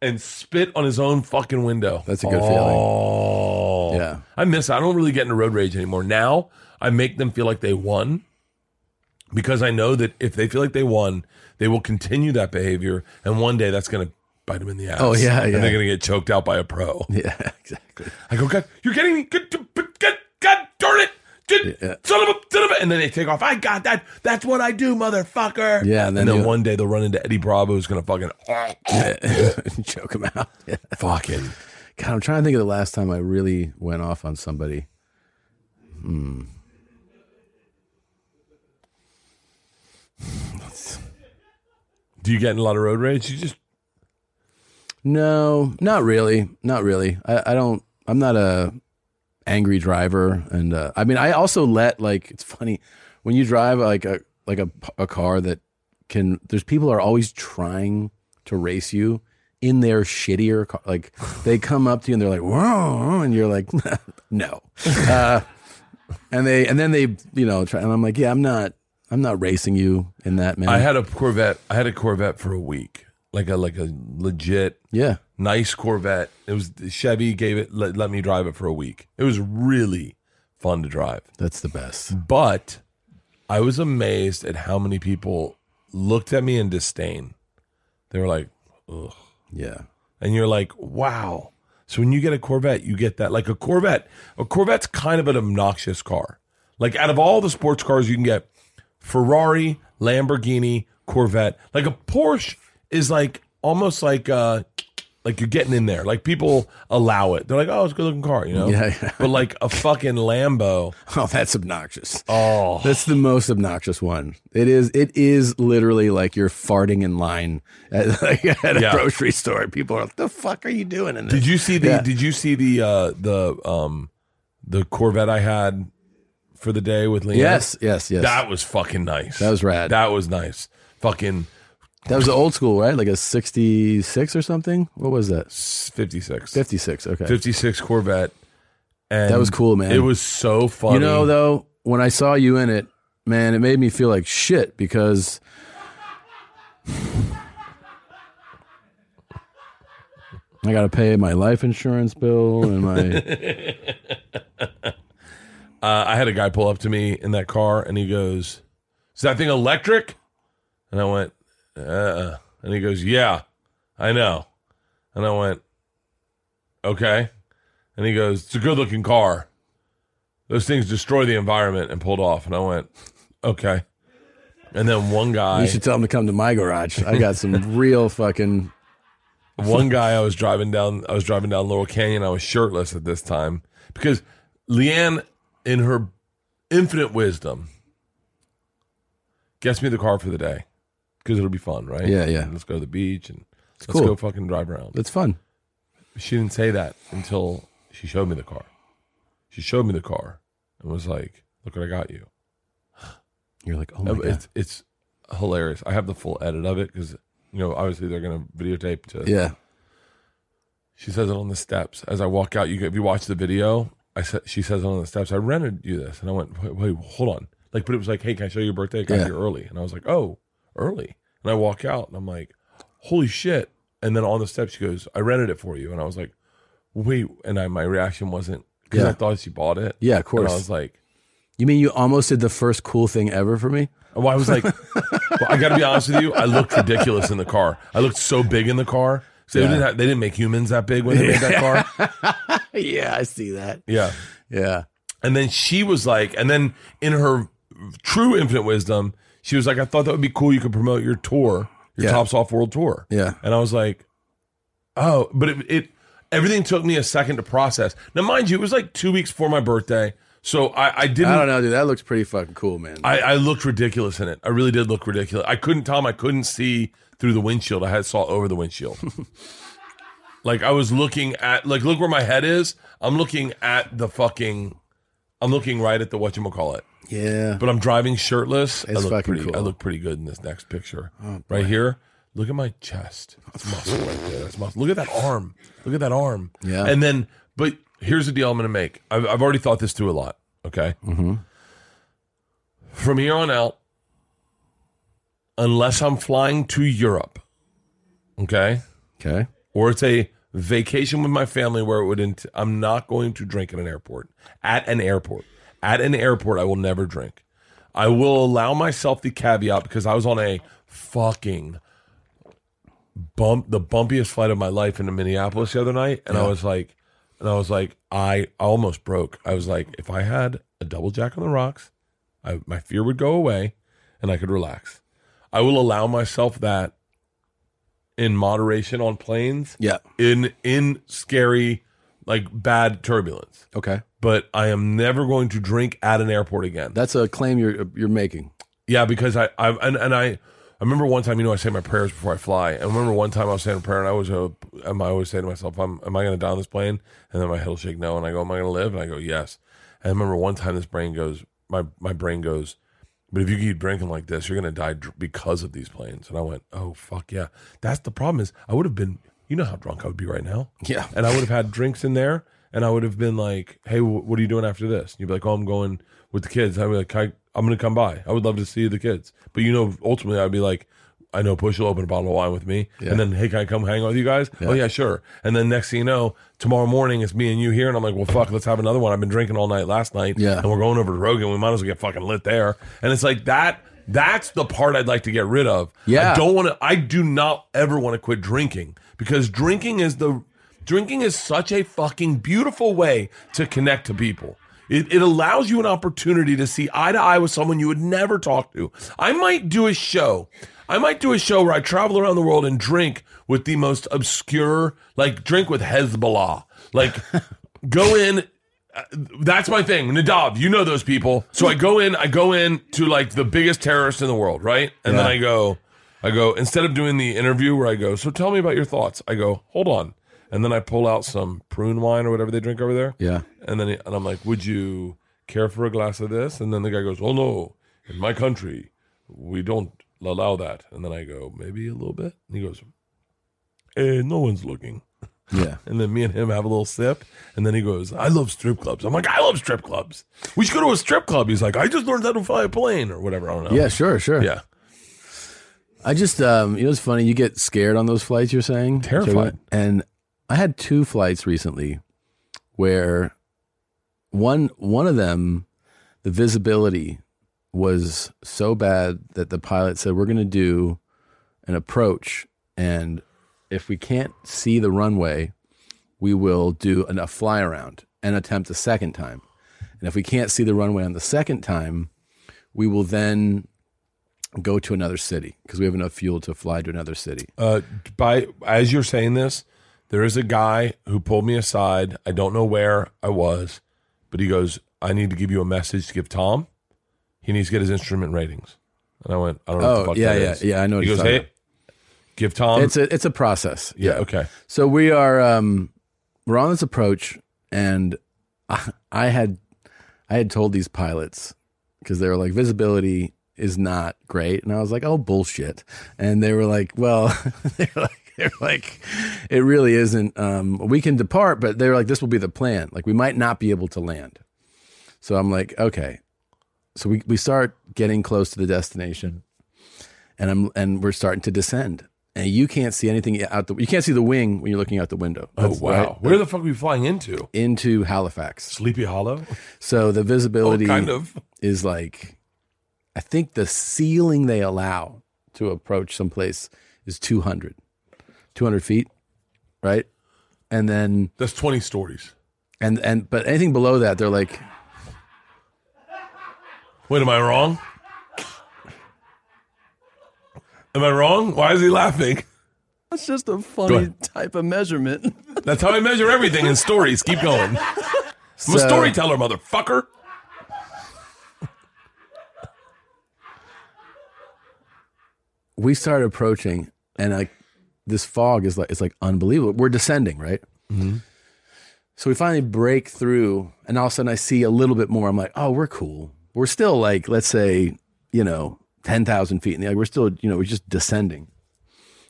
Speaker 2: and spit on his own fucking window.
Speaker 1: That's a good feeling.
Speaker 2: Oh.
Speaker 1: Yeah.
Speaker 2: I miss I don't really get into road rage anymore. Now I make them feel like they won because I know that if they feel like they won, they will continue that behavior and one day that's going to bite them in the ass.
Speaker 1: Oh, yeah,
Speaker 2: And
Speaker 1: yeah.
Speaker 2: they're going to get choked out by a pro.
Speaker 1: Yeah, exactly.
Speaker 2: I go, God, you're getting me. God, God, God darn it. Did,
Speaker 1: Yeah.
Speaker 2: Son of a, son of a, and then they take off. I got that. That's what I do, motherfucker.
Speaker 1: Yeah,
Speaker 2: and
Speaker 1: and
Speaker 2: then,
Speaker 1: then you-
Speaker 2: one day they'll run into Eddie Bravo, who's gonna fucking
Speaker 1: Choke him out. Yeah.
Speaker 2: fuck it.
Speaker 1: God, I'm trying to think of the last time I really went off on somebody.
Speaker 2: Do you get in a lot of road rage? You just
Speaker 1: No, not really. Not really. I, I don't. I'm not a angry driver, and uh, I mean, I also let like it's funny when you drive like a like a, a car that can. There's people are always trying to race you in their shittier car. Like they come up to you and they're like, "Whoa," and you're like, "No." Uh, and they and then they you know try, and I'm like, "Yeah, I'm not. I'm not racing you in that man."
Speaker 2: I had a Corvette. I had a Corvette for a week, like a like a legit
Speaker 1: yeah.
Speaker 2: nice Corvette. It was Chevy gave it let, let me drive it for a week. It was really fun to drive,
Speaker 1: That's the best.
Speaker 2: but I was amazed at how many people looked at me in disdain. They were like, "Ugh,"
Speaker 1: Yeah.
Speaker 2: and you're like, "Wow." So when you get a Corvette, you get that like a Corvette. A Corvette's kind of an obnoxious car. Like out of all the sports cars you can get, Ferrari, Lamborghini, Corvette. Like a Porsche is like almost like uh like you're getting in there. Like people allow it. They're like, oh, it's a good looking car, you know?
Speaker 1: Yeah, yeah.
Speaker 2: But like a fucking Lambo.
Speaker 1: Oh, that's obnoxious.
Speaker 2: Oh.
Speaker 1: That's the most obnoxious one. It is. It is literally like you're farting in line at, like, at a
Speaker 2: Yeah.
Speaker 1: grocery store. People are like, "The fuck are you doing in this?"
Speaker 2: Did you see the
Speaker 1: Yeah.
Speaker 2: did you see the uh the um the Corvette I had for the day with Leanne?
Speaker 1: yes, yes, yes. That,
Speaker 2: That was fucking nice.
Speaker 1: was rad. That,
Speaker 2: That was nice. Fucking
Speaker 1: was the old school, right? Like a '66 or something. What was that?
Speaker 2: 56.
Speaker 1: '56. Okay,
Speaker 2: 56 Corvette. And
Speaker 1: that was cool, man.
Speaker 2: It was so funny.
Speaker 1: You know, though, when I saw you in it, man, it made me feel like shit because. I gotta pay my life insurance bill and my
Speaker 2: uh, I had a guy pull up to me in that car and he goes, Is that thing electric? And I went, Uh. uh And he goes, Yeah, I know. And I went, Okay. And he goes, It's a good looking car. Those things destroy the environment and pulled off. And I went, Okay. And then one guy.
Speaker 1: You should tell him to come to my garage. I got some real fucking.
Speaker 2: one guy I was driving down I was driving down Laurel Canyon, I was shirtless at this time because Leanne in her infinite wisdom gets me the car for the day because it'll be fun, right?
Speaker 1: Yeah, yeah.
Speaker 2: Let's go to the beach and let's
Speaker 1: cool.
Speaker 2: go fucking drive around.
Speaker 1: It's fun.
Speaker 2: She didn't say that until she showed me the car. She showed me the car and was like, "Look what I got you."
Speaker 1: You're like, oh
Speaker 2: Uh, It's it's hilarious. I have the full edit of it because you know obviously they're gonna videotape to
Speaker 1: Yeah.
Speaker 2: She says it on the steps. As I walk out, you if you watch the video, I said she says it on the steps. I rented you this, and I went, wait, wait, hold on. Like, but it was like, hey, can I show you your birthday? I got
Speaker 1: Yeah.
Speaker 2: here early, and I was like, oh, early. And I walk out, and I'm like, holy shit. And then on the steps, she goes, I rented it for you, and I was like, wait. And I my reaction wasn't because I
Speaker 1: Yeah.
Speaker 2: thought she bought it.
Speaker 1: Yeah, of
Speaker 2: and I
Speaker 1: course.
Speaker 2: was like,
Speaker 1: you mean you almost did the first cool thing ever for me?
Speaker 2: well, I was like, Well, I got to be honest with you. I looked ridiculous in the car. I looked so big in the car. So they,
Speaker 1: Yeah.
Speaker 2: didn't have, they didn't make humans that big when they made that car.
Speaker 1: yeah, I see that.
Speaker 2: Yeah.
Speaker 1: Yeah.
Speaker 2: And then she was like, and then in her true infinite wisdom, she was like, I thought that would be cool. You could promote your tour, your
Speaker 1: Yeah.
Speaker 2: Tops Off World Tour.
Speaker 1: Yeah.
Speaker 2: And I was like, oh, but it, it everything took me a second to process. Now, mind you, it was like two weeks before my birthday. So I, I didn't
Speaker 1: I don't know, dude. That looks pretty fucking cool, man.
Speaker 2: I, I looked ridiculous in it. I really did look ridiculous. I couldn't, Tom. I couldn't see through the windshield. I had saw over the windshield. like I was looking at, like, look where my head is. I'm looking at the fucking. I'm looking right at the what you call it.
Speaker 1: yeah.
Speaker 2: But I'm driving shirtless. I
Speaker 1: It's
Speaker 2: look
Speaker 1: fucking
Speaker 2: pretty.
Speaker 1: cool. Oh,
Speaker 2: I look pretty good in this next picture. right here. Look at my chest. That's muscle right there. That's muscle. Look at that arm. Look at that arm.
Speaker 1: Yeah.
Speaker 2: And then, but here's the deal I'm going to make. I've, I've already thought this through a lot. Okay.
Speaker 1: Mm-hmm.
Speaker 2: From here on out, unless I'm flying to Europe, okay,
Speaker 1: Okay.
Speaker 2: or it's a vacation with my family where it would, int- I'm not going to drink at an airport. At an airport. At an airport, I will never drink. I will allow myself the caveat because I was on a fucking bump, the bumpiest flight of my life into Minneapolis the other night, and I was like, and I was like, I almost broke. I was like, if I had a double jack on the rocks, I, my fear would go away, and I could relax. I will allow myself that in moderation on planes
Speaker 1: Yeah.
Speaker 2: in in scary like bad turbulence
Speaker 1: Okay.
Speaker 2: but i am never going to drink at an airport again
Speaker 1: That's a claim you're you're making.
Speaker 2: yeah because i i and, and i i remember one time you know i say my prayers before i fly and I remember one time i was saying a prayer and i was uh, am i always saying to myself i'm am i going to die on this plane and then my head will shake no and i go am i going to live and i go yes and i remember one time this brain goes my my brain goes but if you keep drinking like this you're going to die dr- because of these planes and i went oh fuck yeah that's the problem is i would have been you know how drunk i would be right now
Speaker 1: Yeah.
Speaker 2: and I would have had drinks in there, and I would have been like, "Hey, wh- what are you doing after this?" And you'd be like, "Oh, I'm going with the kids." I'd be like, I, "I'm going to come by. I would love to see the kids." But you know, ultimately, I'd be like, "I know Push will open a bottle of wine with me,
Speaker 1: Yeah.
Speaker 2: and then hey, can I come hang out with you guys?" Oh yeah, sure. And then next thing you know, tomorrow morning it's me and you here, and I'm like, "Well, fuck, let's have another one." I've been drinking all night last night,
Speaker 1: Yeah.
Speaker 2: and we're going over to Rogan. We might as well get fucking lit there. And it's like that. That's the part I'd like to get rid of.
Speaker 1: Yeah.
Speaker 2: I don't want to. I do not ever want to quit drinking because drinking is the drinking is such a fucking beautiful way to connect to people. It, it allows you an opportunity to see eye to eye with someone you would never talk to. I might do a show. I might do a show where I travel around the world and drink with the most obscure, like drink with Hezbollah. Like go in, uh, that's my thing. Nadav, you know those people. So I go in, I go in to like the biggest terrorist in the world, right? And then
Speaker 1: Yeah.
Speaker 2: I go, I go, instead of doing the interview where I go, so tell me about your thoughts, I go, hold on. And then I pull out some prune wine or whatever they drink over there.
Speaker 1: Yeah.
Speaker 2: And then he- and I'm like, would you care for a glass of this? And then the guy goes, oh no, in my country, we don't allow that. And then I go, maybe a little bit. And he goes, eh, no one's looking.
Speaker 1: Yeah.
Speaker 2: And then me and him have a little sip. And then he goes, I love strip clubs. I'm like, I love strip clubs. We should go to a strip club. He's like, I just learned how to fly a plane or whatever. I don't know.
Speaker 1: Yeah, sure, sure.
Speaker 2: Yeah.
Speaker 1: I just, um, you know, it's funny. You get scared on those flights. You're saying
Speaker 2: Terrified.
Speaker 1: And I had two flights recently where one one of them, the visibility was so bad that the pilot said, "We're going to do an approach, and if we can't see the runway, we will do an, a fly around and attempt a second time. And if we can't see the runway on the second time, we will then." Go to another city because we have enough fuel to fly to another city.
Speaker 2: Uh, by As you're saying this, there is a guy who pulled me aside. I don't know where I was, but he goes, I need to give you a message to give Tom. He needs to get his instrument ratings. And I went, I don't know what the
Speaker 1: Oh,
Speaker 2: fuck
Speaker 1: yeah,
Speaker 2: that
Speaker 1: yeah,
Speaker 2: is."
Speaker 1: yeah. I know. what
Speaker 2: He
Speaker 1: you're
Speaker 2: goes,
Speaker 1: talking
Speaker 2: hey,
Speaker 1: about.
Speaker 2: give Tom.
Speaker 1: it's a it's a process.
Speaker 2: Um, yeah, okay.
Speaker 1: So we are um, we're on this approach, and I, I had I had told these pilots because they were like visibility is not great, and I was like, oh bullshit, and they were like, well, they're like they're like it really isn't. Um, we can depart, but they were like, this will be the plan. Like we might not be able to land. So I'm like, okay. So we we start getting close to the destination, and I'm and we're starting to descend. And you can't see anything out the you can't see the wing when you're looking out the window.
Speaker 2: Oh,
Speaker 1: That's
Speaker 2: wow.
Speaker 1: right.
Speaker 2: Where the fuck are we flying into?
Speaker 1: into Halifax.
Speaker 2: Sleepy Hollow?
Speaker 1: So the
Speaker 2: Oh,
Speaker 1: visibility
Speaker 2: kind of.
Speaker 1: is like I think the ceiling they allow to approach someplace is 200, 200 feet, right? And then
Speaker 2: That's 20 stories.
Speaker 1: and and but anything below that, they're like,
Speaker 2: Wait, am I wrong? Am I wrong? Why is he laughing?
Speaker 1: that's just a
Speaker 2: Go
Speaker 1: funny
Speaker 2: ahead.
Speaker 1: type of measurement.
Speaker 2: That's how I measure everything in stories. Keep going. I'm a
Speaker 1: So-
Speaker 2: storyteller, motherfucker.
Speaker 1: we start approaching and like this fog is like it's like unbelievable we're descending right so we finally break through and all of a sudden i see a little bit more i'm like oh we're cool we're still like let's say you know 10000 feet and like we're still you know we're just descending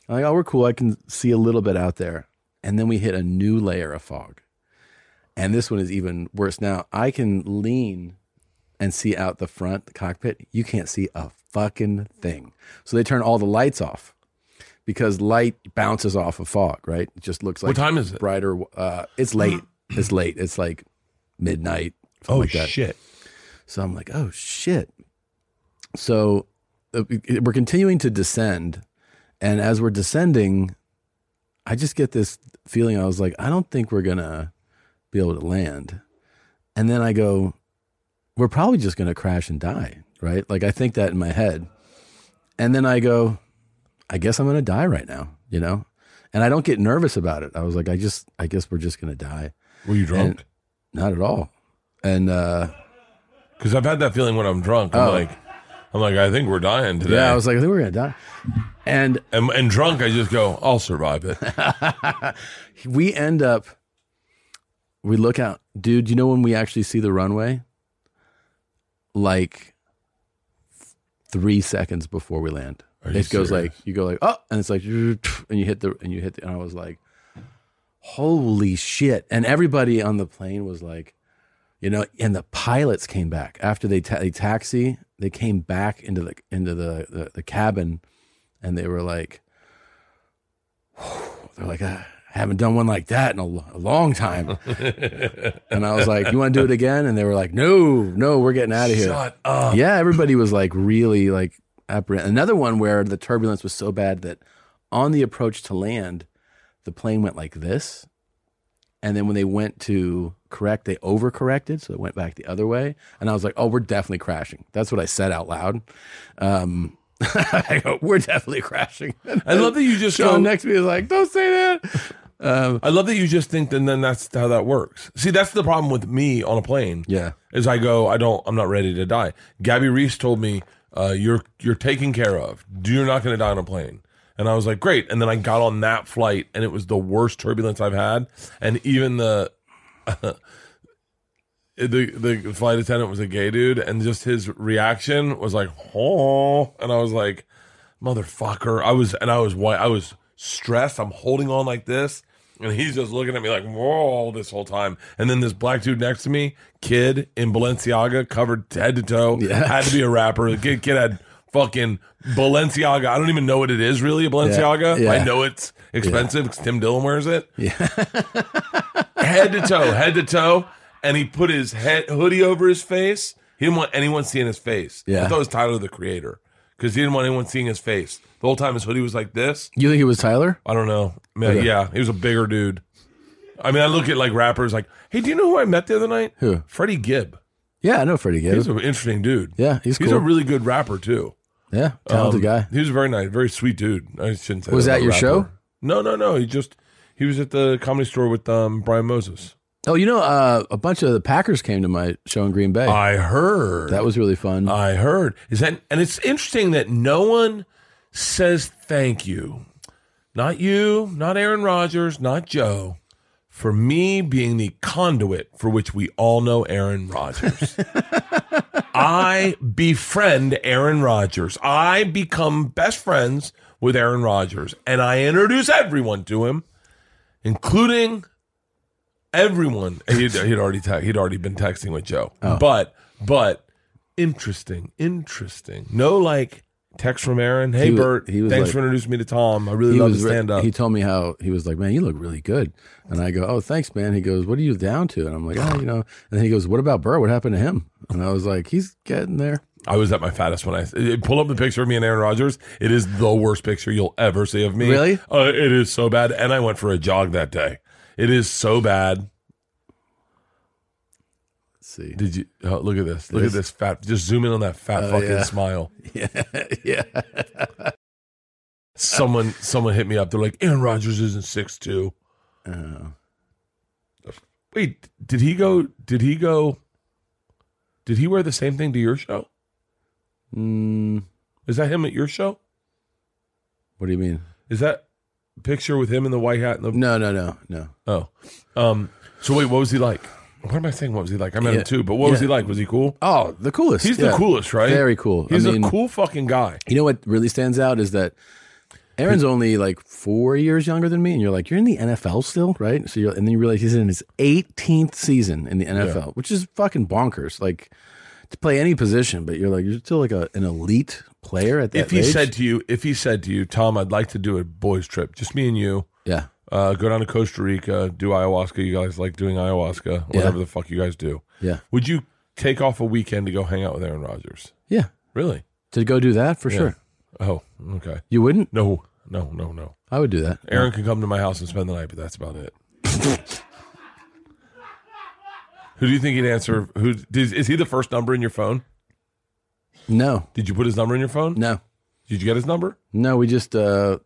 Speaker 1: I'm like oh we're cool i can see a little bit out there and then we hit a new layer of fog and this one is even worse now i can lean and see out the front, the cockpit, you can't see a fucking thing. So they turn all the lights off because light bounces off of fog, right? It just looks like
Speaker 2: What time is it?
Speaker 1: brighter. Uh, it's late. it's late. It's like midnight. something
Speaker 2: Oh,
Speaker 1: like that.
Speaker 2: shit.
Speaker 1: So I'm like, oh shit. So uh, we're continuing to descend. And as we're descending, I just get this feeling I was like, I don't think we're going to be able to land. And then I go, we're probably just going to crash and die. Right. Like I think that in my head. And then I go, I guess I'm going to die right now, you know? And I don't get nervous about it. I was like, I just, I guess we're just going to die.
Speaker 2: Were you drunk?
Speaker 1: Not at all. And, uh,
Speaker 2: Because I've had that feeling when I'm drunk. I'm
Speaker 1: Oh.
Speaker 2: like, I'm like, I think we're dying today.
Speaker 1: Yeah, I was like, I think we're gonna die. And
Speaker 2: and, and drunk, I just go, I'll survive it.
Speaker 1: we end up, we look out, dude. You know when we actually see the runway? Like three seconds before we land,
Speaker 2: Are
Speaker 1: it
Speaker 2: you
Speaker 1: goes
Speaker 2: serious?
Speaker 1: like you go like oh, and it's like and you hit the and you hit the, and I was like, holy shit! And everybody on the plane was like. You know, and the pilots came back after they, ta- they taxi. They came back into the into the, the, the cabin, and they were like, they're like, "Ah, I haven't done one like that in a, lo- a long time. and I was like, you want to do it again? And they were like, no, no, we're getting out of here.
Speaker 2: Shut up.
Speaker 1: Yeah, everybody was like really like apprehensive. Another one where the turbulence was so bad that on the approach to land, the plane went like this. And then when they went to correct, they overcorrected, so it went back the other way. And I was like, "Oh, we're definitely crashing." That's what I said out loud. Um, I go, "We're definitely crashing."
Speaker 2: I love that you just go,
Speaker 1: John next to me is like, "Don't say that." Um,
Speaker 2: I love that you just think, and then that's how that works. See, that's the problem with me on a plane.
Speaker 1: yeah,
Speaker 2: Is I go, I don't, I'm not ready to die. Gabby Reese told me, uh, you're you're taken care of. You're not going to die on a plane. And I was like, great. And then I got on that flight, and it was the worst turbulence I've had. And even the the the flight attendant was a gay dude, and just his reaction was like, oh, and I was like, motherfucker. I was and I was white. I was stressed. I'm holding on like this, and he's just looking at me like whoa this whole time. And then this black dude next to me, kid in Balenciaga, covered head to toe,
Speaker 1: Yeah.
Speaker 2: had to be a rapper. The kid, kid had fucking Balenciaga. I don't even know what it is really. A Balenciaga.
Speaker 1: Yeah.
Speaker 2: I know it's expensive because Tim Dillon wears it
Speaker 1: yeah.
Speaker 2: head to toe, head to toe, and he put his head hoodie over his face. He didn't want anyone seeing his face.
Speaker 1: Yeah.
Speaker 2: I thought it was Tyler the Creator because he didn't want anyone seeing his face. The whole time his hoodie was like this.
Speaker 1: You think it was Tyler?
Speaker 2: I don't know. Man,
Speaker 1: Okay.
Speaker 2: Yeah, he was a bigger dude. I mean, I look at like rappers like, hey, do you know who I met the other night?
Speaker 1: Who?
Speaker 2: Freddie Gibb.
Speaker 1: Yeah, I know Freddie Gibbs.
Speaker 2: He's an interesting dude.
Speaker 1: yeah, he's cool.
Speaker 2: He's a really good rapper too.
Speaker 1: yeah, talented
Speaker 2: Um,
Speaker 1: guy.
Speaker 2: He was very nice, very sweet dude. I shouldn't say.
Speaker 1: Was that
Speaker 2: about
Speaker 1: your
Speaker 2: a
Speaker 1: show?
Speaker 2: rapper. No, no, no. He just he was at the comedy store with um, Brian Moses.
Speaker 1: Oh, you know, uh, a bunch of the Packers came to my show in Green Bay.
Speaker 2: I heard
Speaker 1: that was really fun.
Speaker 2: I heard. Is that and it's interesting that no one says thank you. Not you, not Aaron Rodgers, not Joe, for me being the conduit for which we all know Aaron Rodgers. I befriend Aaron Rodgers. I become best friends with Aaron Rodgers and I introduce everyone to him, including everyone. He'd, he'd already te- he'd already been
Speaker 1: Oh.
Speaker 2: texting with Joe. But but interesting, interesting. No, like Text from Aaron.
Speaker 1: He
Speaker 2: Hey,
Speaker 1: wa-
Speaker 2: Bert.
Speaker 1: he was
Speaker 2: thanks
Speaker 1: like-
Speaker 2: for introducing me to Tom. I really love his
Speaker 1: re-
Speaker 2: stand up.
Speaker 1: He told me how he was like, man, you look really good. And I go, oh, thanks, man. He goes, what are you down to? And I'm like, oh, you know. And then he goes, what about Burr? What happened to him? And I was like, he's getting there.
Speaker 2: I was at my fattest when I eh, pull up the picture of me and Aaron Rodgers. It is the worst picture you'll ever see of me.
Speaker 1: Really?
Speaker 2: Uh, it is so bad. And I went for a jog that day. It is so bad.
Speaker 1: Let's see.
Speaker 2: Did you oh, look at this? Look
Speaker 1: This? Oh,
Speaker 2: at this fat. Just zoom in on that fat fucking
Speaker 1: yeah.
Speaker 2: smile.
Speaker 1: Yeah, yeah.
Speaker 2: Someone, someone hit me up. They're like, Aaron Rodgers isn't six two.
Speaker 1: Oh.
Speaker 2: Wait, did he go? Did he go? Did he wear the same thing to your show?
Speaker 1: Mm,
Speaker 2: Is that him at your show?
Speaker 1: what do you mean?
Speaker 2: Is that picture with him in the white hat and the
Speaker 1: No, no, no, no.
Speaker 2: Oh. Um, so wait, what was he like? What am I saying? What was he like? I met
Speaker 1: Yeah.
Speaker 2: him too, but what was he like? Was he cool?
Speaker 1: Oh, the coolest.
Speaker 2: He's
Speaker 1: Yeah.
Speaker 2: the coolest, right?
Speaker 1: Very cool.
Speaker 2: He's
Speaker 1: I mean,
Speaker 2: a cool fucking guy.
Speaker 1: you know what really stands out is that Aaron's only like four years younger than me, and you're like, you're in the NFL still, right? So, you're, and then you realize he's in his 18th season in the NFL, which is fucking bonkers. Like to play any position, but you're like, you're still like a, an elite player at that.
Speaker 2: If he
Speaker 1: age.
Speaker 2: said to you, if he said to you, Tom, I'd like to do a boys trip, just me and you,
Speaker 1: yeah,
Speaker 2: uh, go down to Costa Rica, do ayahuasca. You guys like doing ayahuasca, whatever the fuck you guys do.
Speaker 1: yeah,
Speaker 2: Would you take off a weekend to go hang out with Aaron Rodgers?
Speaker 1: yeah,
Speaker 2: Really?
Speaker 1: to go do that for sure,
Speaker 2: Oh, okay.
Speaker 1: you wouldn't.
Speaker 2: No, no, no, no.
Speaker 1: I would do that.
Speaker 2: Aaron can come to my house and spend the night, but that's about it. who do you think he'd answer? Who did, is he the first number in your phone?
Speaker 1: No,
Speaker 2: Did you put his number in your phone?
Speaker 1: no,
Speaker 2: Did you get his number?
Speaker 1: no. We just uh,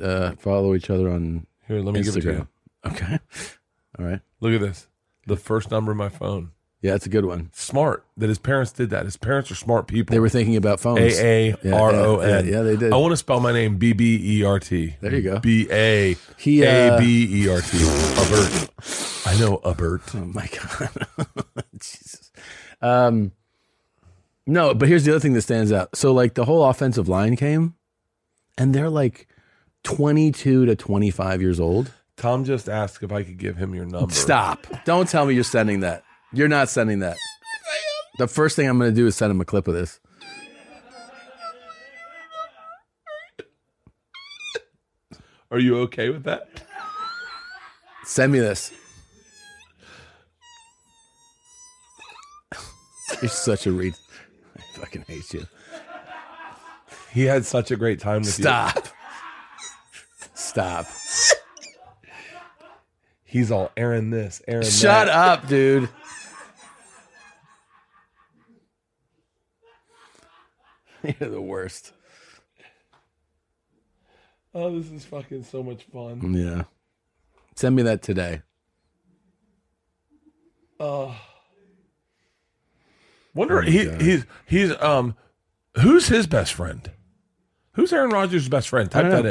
Speaker 1: uh, follow each other on
Speaker 2: Here, let me give it to
Speaker 1: Instagram.
Speaker 2: you.
Speaker 1: Okay, all right.
Speaker 2: Look at this. The first number in my phone.
Speaker 1: Yeah, it's a good one.
Speaker 2: Smart that his parents did that. His parents are smart people.
Speaker 1: They were thinking about phones.
Speaker 2: A A R O N.
Speaker 1: Yeah, yeah, yeah, they did.
Speaker 2: I want to spell my name B B E R T.
Speaker 1: There you go.
Speaker 2: B A
Speaker 1: He, uh,
Speaker 2: A B E R T. Abert. I know Abert.
Speaker 1: Oh my god, Jesus. Um, no, but here's the other thing that stands out. So like the whole offensive line came, and they're like twenty-two to twenty-five years old.
Speaker 2: Tom just asked if I could give him your number.
Speaker 1: Stop! Don't tell me you're sending that. You're not sending that. The first thing I'm going to do is send him a clip of this.
Speaker 2: Are you okay with that?
Speaker 1: Send me this. You're such a read. I fucking hate you.
Speaker 2: He had such a great time with
Speaker 1: Stop. Stop.
Speaker 2: you. He's all Aaron this, Aaron
Speaker 1: Shut
Speaker 2: that.
Speaker 1: up, dude. You're the worst.
Speaker 2: Oh, this is fucking so much fun.
Speaker 1: Yeah. Send me that today.
Speaker 2: Wonder
Speaker 1: Oh
Speaker 2: he, he's he's um who's his best friend? Who's Aaron Rodgers' best friend? Type
Speaker 1: don't
Speaker 2: that
Speaker 1: know.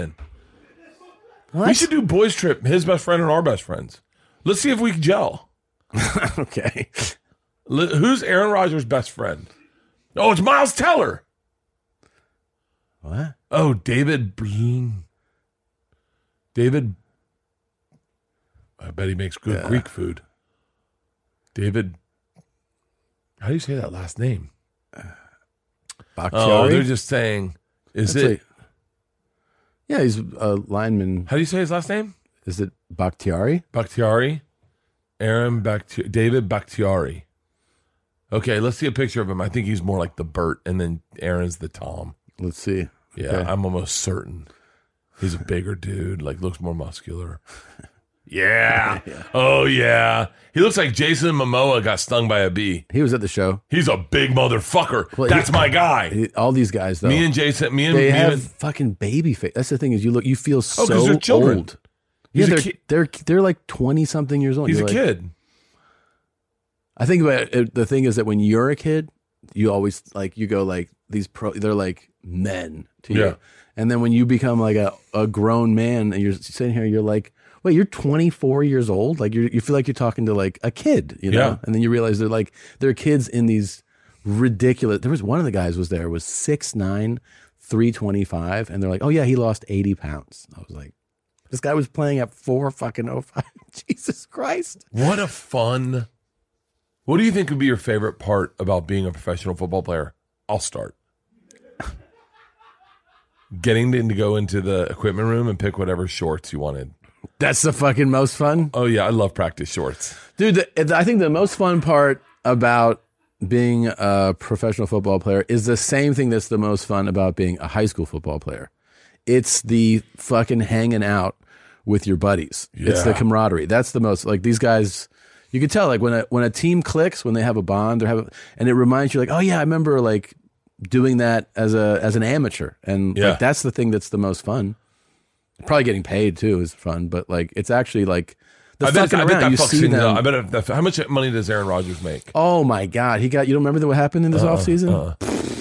Speaker 2: in. We should do boys trip, his best friend and our best friends. Let's see if we can gel.
Speaker 1: Okay.
Speaker 2: L- who's Aaron Rodgers' best friend? Oh, it's Miles Teller.
Speaker 1: What?
Speaker 2: Oh, David Bloom. David. I bet he makes good Greek food. David. How do you say that last name? Oh, they're
Speaker 1: Bakhtiari?
Speaker 2: just saying. Is
Speaker 1: That's
Speaker 2: it?
Speaker 1: like- yeah, he's a lineman.
Speaker 2: how do you say his last name?
Speaker 1: Is it Bakhtiari?
Speaker 2: Bakhtiari. Aaron Bakhtiari. David Bakhtiari. Okay, let's see a picture of him. I think he's more like the Bert, and then Aaron's the Tom.
Speaker 1: Let's see.
Speaker 2: Yeah,
Speaker 1: Okay.
Speaker 2: I'm almost certain. He's a bigger dude, like looks more muscular. Yeah. Oh yeah. He looks like Jason Momoa got stung by a bee.
Speaker 1: He was at the show.
Speaker 2: He's a big motherfucker.
Speaker 1: Well,
Speaker 2: That's
Speaker 1: he-
Speaker 2: my guy.
Speaker 1: He- all these guys, though,
Speaker 2: me and Jason, me and
Speaker 1: they
Speaker 2: me
Speaker 1: have
Speaker 2: and,
Speaker 1: fucking baby face. That's the thing is, you look, you feel so
Speaker 2: 'cause they're children.
Speaker 1: old.
Speaker 2: He's
Speaker 1: Yeah,
Speaker 2: a
Speaker 1: they're,
Speaker 2: kid.
Speaker 1: they're they're like twenty something years old.
Speaker 2: he's a
Speaker 1: You're like,
Speaker 2: kid.
Speaker 1: I think about it, the thing is that when you're a kid, you always like you go like these pro. They're like men to
Speaker 2: Yeah.
Speaker 1: you, and then when you become like a, a grown man and you're sitting here, you're like, wait, you're 24 years old. Like you you feel like you're talking to like a kid, you know.
Speaker 2: Yeah.
Speaker 1: And then you realize they're like they're kids in these ridiculous. There was one of the guys was there was six nine, three twenty five, and they're like, oh yeah, he lost 80 pounds. I was like, this guy was playing at four fucking oh five. Jesus Christ.
Speaker 2: What a fun. What do you think would be your favorite part about being a professional football player? I'll start. getting them to go into the equipment room and pick whatever shorts you wanted.
Speaker 1: That's the fucking most fun.
Speaker 2: Oh yeah, I love practice shorts.
Speaker 1: Dude, the, I think the most fun part about being a professional football player is the same thing that's the most fun about being a high school football player. It's the fucking hanging out with your buddies. It's the
Speaker 2: Yeah.
Speaker 1: camaraderie. That's the most like these guys. You can tell like when a when a team clicks, when they have a bond, they're having, and it reminds you like, oh yeah, I remember like doing that as a as an amateur, and
Speaker 2: Yeah.
Speaker 1: like that's the thing that's the most fun. Probably getting paid too is fun, but like it's actually like the
Speaker 2: I bet,
Speaker 1: fucking
Speaker 2: I bet
Speaker 1: around.
Speaker 2: that
Speaker 1: You
Speaker 2: fucks
Speaker 1: see
Speaker 2: in.
Speaker 1: them.
Speaker 2: the- I bet if that, how much money does Aaron Rodgers make?
Speaker 1: Oh my God, he got. You don't remember that what happened in this
Speaker 2: Uh-uh,
Speaker 1: off offseason?